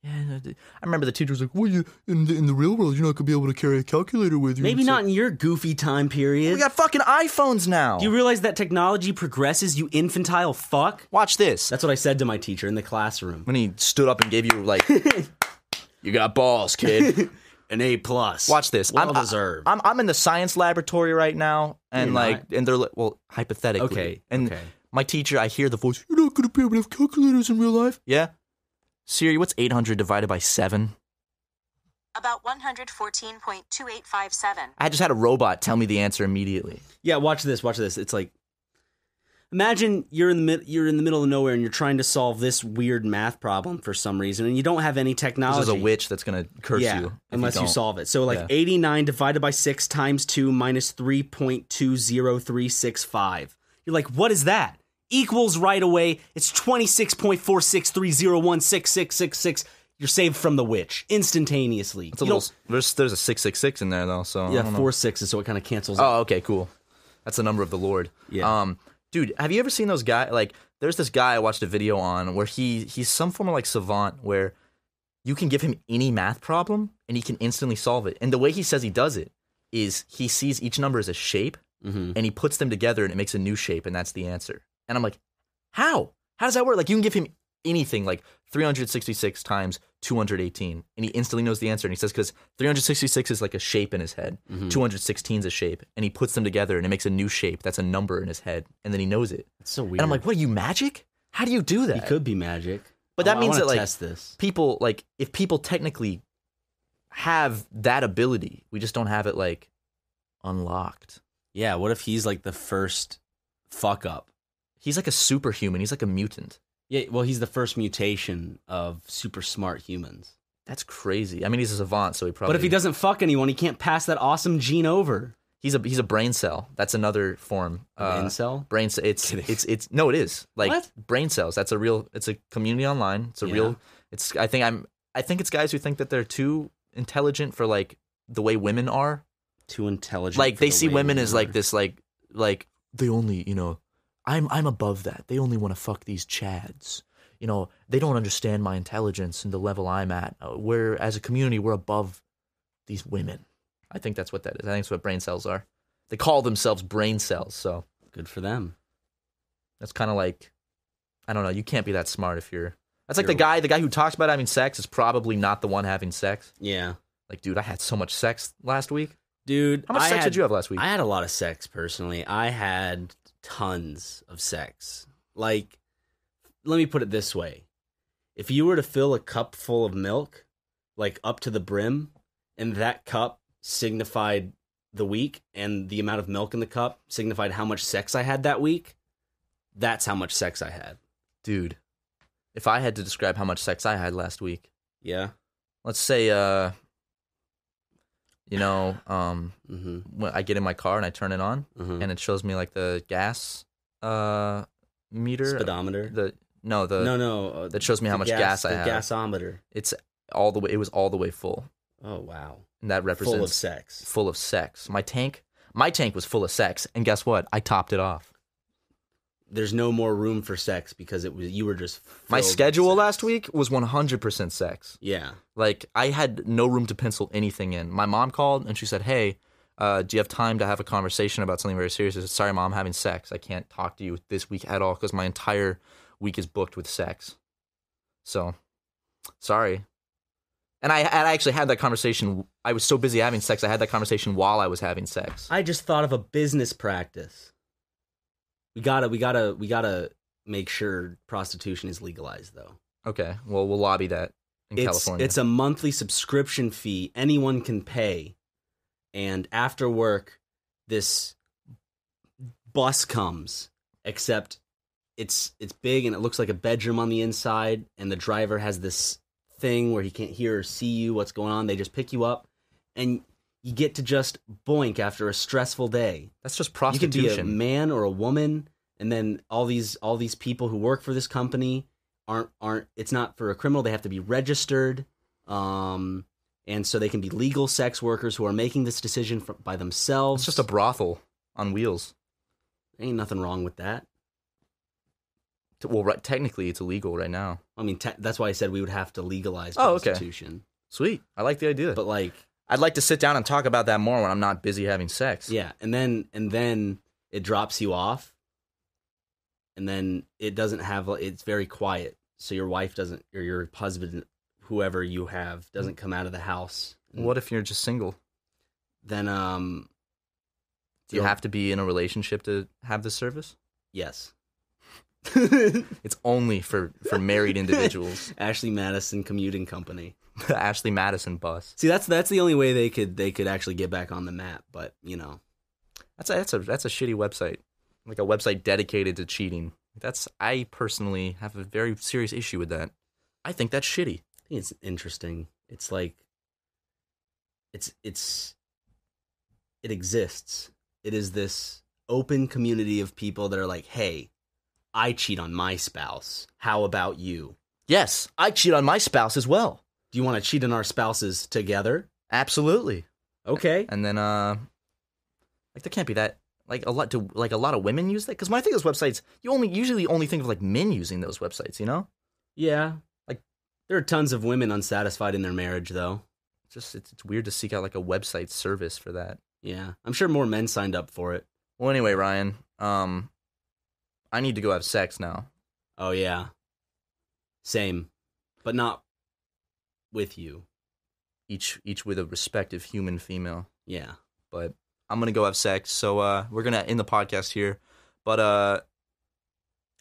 S2: Yeah, no, the- I remember the teacher was like, "Well, you in the, in the real world, you're not gonna be able to carry a calculator with you."
S3: maybe
S2: It's
S3: not
S2: like,
S3: in your goofy time period.
S2: we got fucking iPhones now.
S3: Do you realize that technology progresses? You infantile fuck.
S2: watch this?
S3: That's what I said to my teacher in the classroom.
S2: when he stood up and gave you like, "You got balls, kid."
S3: An A plus.
S2: Watch this.
S3: Well
S2: I'm,
S3: deserved.
S2: I, am I'm in the science laboratory right now, and
S3: You're
S2: like, and they're like, well, hypothetically,
S3: Okay,
S2: and
S3: okay.
S2: my teacher, I hear the voice. You're not gonna be able to have calculators in real life. Yeah, Siri, what's 800 divided by seven?
S8: About 114.2857.
S2: I just had a robot tell me the answer immediately.
S3: yeah, watch this. Watch this. It's like imagine you're in the mid- you're in the middle of nowhere and you're trying to solve this weird math problem for some reason, and you don't have any technology.
S2: This is a witch that's gonna curse
S3: yeah,
S2: you if
S3: unless you,
S2: don't.
S3: solve it. So like
S2: Yeah.
S3: 89 divided by 6 times 2 minus 3.20365. You're like, what is that? Equals right away. It's 26.463016666. You're saved from the witch instantaneously.
S2: It's a
S3: You
S2: little. There's there's a six six six in there though, so
S3: don't-
S2: I
S3: yeah,
S2: don't know.
S3: four sixes, so it kind of cancels. out.
S2: Oh, okay, cool. That's the number of the Lord.
S3: Yeah.
S2: Um, dude, have you ever seen those guy? Like, there's this guy I watched a video on where he he's some form of like savant where you can give him any math problem and he can instantly solve it. And the way he says he does it is he sees each number as a shape
S3: Mhm.
S2: and he puts them together and it makes a new shape and that's the answer. And I'm like, how? How does that work? Like, you can give him anything like 366 times 218 and he instantly knows the answer and he says because 366 is like a shape in his head
S3: Mm-hmm.
S2: 216 is a shape and he puts them together and it makes a new shape that's a number in his head and then he knows it
S3: It's so weird.
S2: and i'm like what are you magic how do you do that
S3: it could be magic. Oh,
S2: But that
S3: I- I
S2: means
S3: wanna
S2: that, like-
S3: test this.
S2: people like if people technically have that ability we just don't have it like unlocked
S3: Yeah, what if he's like the first fuck up?
S2: he's like a superhuman he's like a mutant
S3: Yeah, well, he's the first mutation of super smart humans.
S2: that's crazy i mean he's a savant so he probably
S3: But if he doesn't fuck anyone, he can't pass that awesome gene over.
S2: he's a he's a brain cell that's another form
S3: Of
S2: uh,
S3: incel?
S2: brain ce- it's
S3: Kidding.
S2: it's it's no it is like
S3: What?
S2: brain cells that's a real it's a community online it's a
S3: Yeah.
S2: real it's i think i'm i think it's guys who think that they're too intelligent for like the way women are
S3: Too intelligent.
S2: like
S3: for
S2: they
S3: the
S2: see
S3: way
S2: women
S3: we
S2: as
S3: are.
S2: like this like like they only you know i'm i'm above that they only want to fuck these chads you know they don't understand my intelligence and the level i'm at Uh, we're as a community we're above these women i think that's what that is i think that's what brain cells are they call themselves brain cells so
S3: Good for them.
S2: that's kind of like i don't know you can't be that smart if you're that's like
S3: You're-
S2: the guy the guy who talks about having sex is probably not the one having sex
S3: Yeah,
S2: like dude i had so much sex last week
S3: dude.
S2: how much
S3: I
S2: sex
S3: had-
S2: did you have last week
S3: I had a lot of sex personally. I had tons of sex. Like, let me put it this way: if you were to fill a cup full of milk, like up to the brim, and that cup signified the week, and the amount of milk in the cup signified how much sex I had that week. That's how much sex I had.
S2: dude if i had to describe how much sex i had last week
S3: Yeah.
S2: let's say uh you know um
S3: Mm-hmm.
S2: when i get in my car and i turn it on
S3: Mhm.
S2: and it shows me like the gas uh meter
S3: Speedometer.
S2: the no the
S3: no, no. Uh,
S2: that shows me how
S3: the
S2: much gas I
S3: the
S2: have.
S3: Gasometer.
S2: it's all the way it was all the way full
S3: Oh wow.
S2: and that represents
S3: Full of sex.
S2: full of sex my tank my tank was full of sex and guess what i topped it off
S3: There's no more room for sex because it was you were just
S2: my
S3: filled with
S2: schedule
S3: sex.
S2: last week was 100% sex
S3: Yeah.
S2: Like I had no room to pencil anything in. My mom called and she said, "Hey, uh, do you have time to have a conversation about something very serious?" I said, "Sorry, mom, I'm having sex. I can't talk to you this week at all because my entire week is booked with sex." So, sorry. And I, and I actually had that conversation. I was so busy having sex, I had that conversation while I was having sex.
S3: I just thought of a business practice. We gotta, we gotta, we gotta make sure prostitution is legalized, though.
S2: Okay, well, we'll lobby that in
S3: it's,
S2: California.
S3: It's a monthly subscription fee anyone can pay, and after work, this bus comes except it's it's big and it looks like a bedroom on the inside and the driver has this thing where he can't hear or see you what's going on they just pick you up and you get to just boink after a stressful day
S2: That's just
S3: you could
S2: prostitution.
S3: be a man or a woman and then all these all these people who work for this company aren't aren't it's not for a criminal they have to be registered um and so they can be legal sex workers who are making this decision fr by themselves
S2: It's just a brothel on wheels.
S3: ain't nothing wrong with that
S2: T- Well, right, technically, it's illegal right now.
S3: i mean te- that's why i said we would have to legalize
S2: Oh, okay.
S3: prostitution
S2: Sweet. I like the idea.
S3: but like
S2: I'd like to sit down and talk about that more when I'm not busy having sex.
S3: Yeah, and then and then it drops you off, and then it doesn't have. like, It's very quiet, so your wife doesn't or your husband, whoever you have, doesn't come out of the house.
S2: What if you're just single?
S3: Then, um,
S2: Do you
S3: you'll-
S2: have to be in a relationship to have this service?
S3: yes,
S2: It's only for, for married individuals.
S3: Ashley Madison Commuting Company.
S2: The Ashley Madison bus.
S3: See, that's that's the only way they could they could actually get back on the map. But you know,
S2: That's a, that's a that's a shitty website. Like a website dedicated to cheating. That's I personally have a very serious issue with that. I think that's shitty.
S3: I think it's interesting. It's like it's it's it exists. It is this open community of people that are like, "Hey, I cheat on my spouse. How about you?
S2: Yes, I cheat on my spouse as well.
S3: Do you want to cheat on our spouses together?"
S2: Absolutely.
S3: Okay.
S2: And then uh like there can't be that like a lot do like a lot of women use that cuz when I think of those websites, you only usually only think of like men using those websites, you know?
S3: Yeah. Like there are tons of women unsatisfied in their marriage though.
S2: It's Just it's, it's weird to seek out like a website service for that.
S3: Yeah. I'm sure more men signed up for it.
S2: Well, anyway, Ryan, um I need to go have sex now.
S3: Oh yeah. Same. But not with you.
S2: Each each with a respective human female.
S3: Yeah.
S2: but I'm gonna go have sex. So uh, we're gonna end the podcast here. But uh,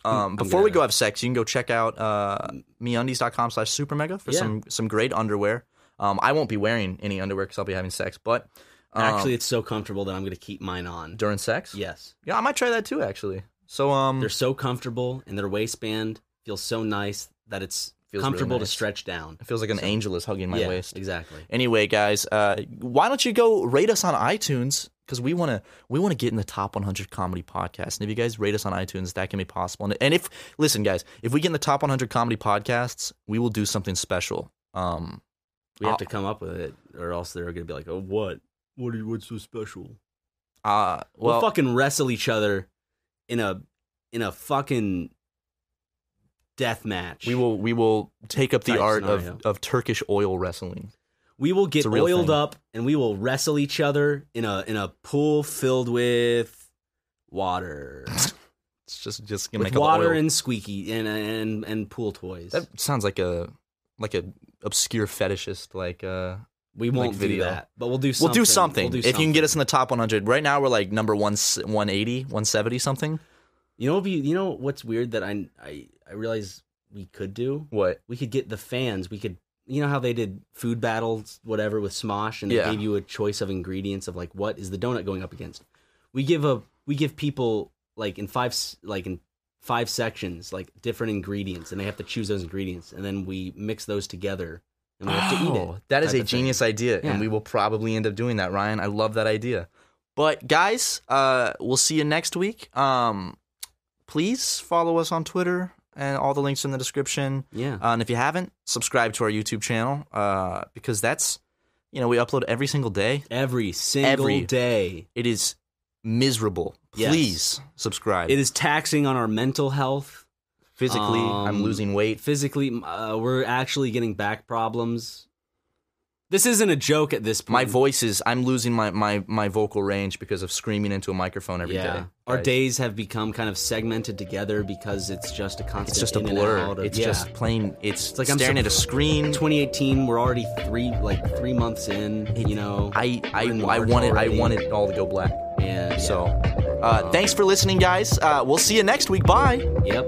S2: um,
S3: Mm, I'm
S2: before we
S3: gonna-
S2: go have sex, you can go check out uh, meundies.com slash super mega for
S3: Yeah.
S2: some some great underwear. Um, I won't be wearing any underwear because I'll be having sex, but um,
S3: Actually, it's so comfortable that I'm going to keep mine on.
S2: during sex,
S3: Yes.
S2: yeah, I might try that too. Actually, so um,
S3: They're so comfortable and their waistband feels so nice that it's
S2: Feels really
S3: comfortable to
S2: nice.
S3: stretch down.
S2: it feels like an angel is hugging my
S3: yeah,
S2: waist.
S3: Exactly.
S2: Anyway, guys, uh, why don't you go rate us on iTunes? Because we want to we want to get in the top 100 comedy podcasts. And if you guys rate us on iTunes, that can be possible. And, and if listen, guys, if we get in the top 100 comedy podcasts, we will do something special. Um,
S3: We have
S2: I'll-
S3: to come up with it or else they're going to be like, oh, what? What are you, what's so special?
S2: uh,
S3: We'll,
S2: well,
S3: fucking wrestle each other in a in a fucking death match.
S2: we will we will take up the
S3: Type
S2: art
S3: scenario.
S2: of, of Turkish oil wrestling.
S3: we will
S2: It's
S3: get
S2: a real
S3: oiled
S2: thing.
S3: up and we will wrestle each other in a in a pool filled with water.
S2: It's just just gonna
S3: with
S2: make up
S3: water
S2: oil.
S3: and squeaky and and and pool toys.
S2: that sounds like a like a obscure fetishist like uh
S3: We
S2: like
S3: won't
S2: video.
S3: do that, but we'll do something.
S2: We'll do, something.
S3: We'll do
S2: If you can get us in
S3: something.
S2: the top 100. Right now, we're like number one, 180, 170 something.
S3: you know, what'd be- you know what's weird that I I I realize we could do.
S2: What?
S3: We could get the fans. We could, you know, how they did food battles, whatever, with Smosh, and
S2: Yeah.
S3: they gave you a choice of ingredients of like what is the donut going up against. We give a we give people like in five s- like in five sections like different ingredients, and they have to choose those ingredients, and then we mix those together, and we have to eat it.
S2: Oh, That is a
S3: type of thing.
S2: genius idea,
S3: Yeah.
S2: and we will probably end up doing that, Ryan. I love that idea. But guys, uh, we'll see you next week. Um, please follow us on Twitter, and all the links in the description.
S3: Yeah.
S2: Uh, and if you haven't, subscribe to our YouTube channel uh, because that's you know we upload every single day.
S3: Every single
S2: Every-
S3: day.
S2: It is miserable.
S3: Yes.
S2: Please subscribe.
S3: It is taxing on our mental health.
S2: physically. I'm
S3: Um,
S2: losing weight.
S3: Physically, uh, we're actually getting back problems. This isn't a joke at this point.
S2: My voice is I'm losing my, my, my vocal range because of screaming into a microphone every day.
S3: yeah. Our
S2: guys.
S3: days have become kind of segmented together because it's just a constant.
S2: It's just a
S3: in and
S2: blur.
S3: out of-
S2: it's
S3: yeah.
S2: just plain it's,
S3: like I'm
S2: staring
S3: sur-
S2: at a screen.
S3: 2018. We're already three, like three months in. You know,
S2: I I,
S3: We're in
S2: I
S3: March
S2: want it I
S3: already.
S2: want it all to go black.
S3: and
S2: So uh, thanks for listening guys. Uh, we'll see you next week. Bye.
S3: yep.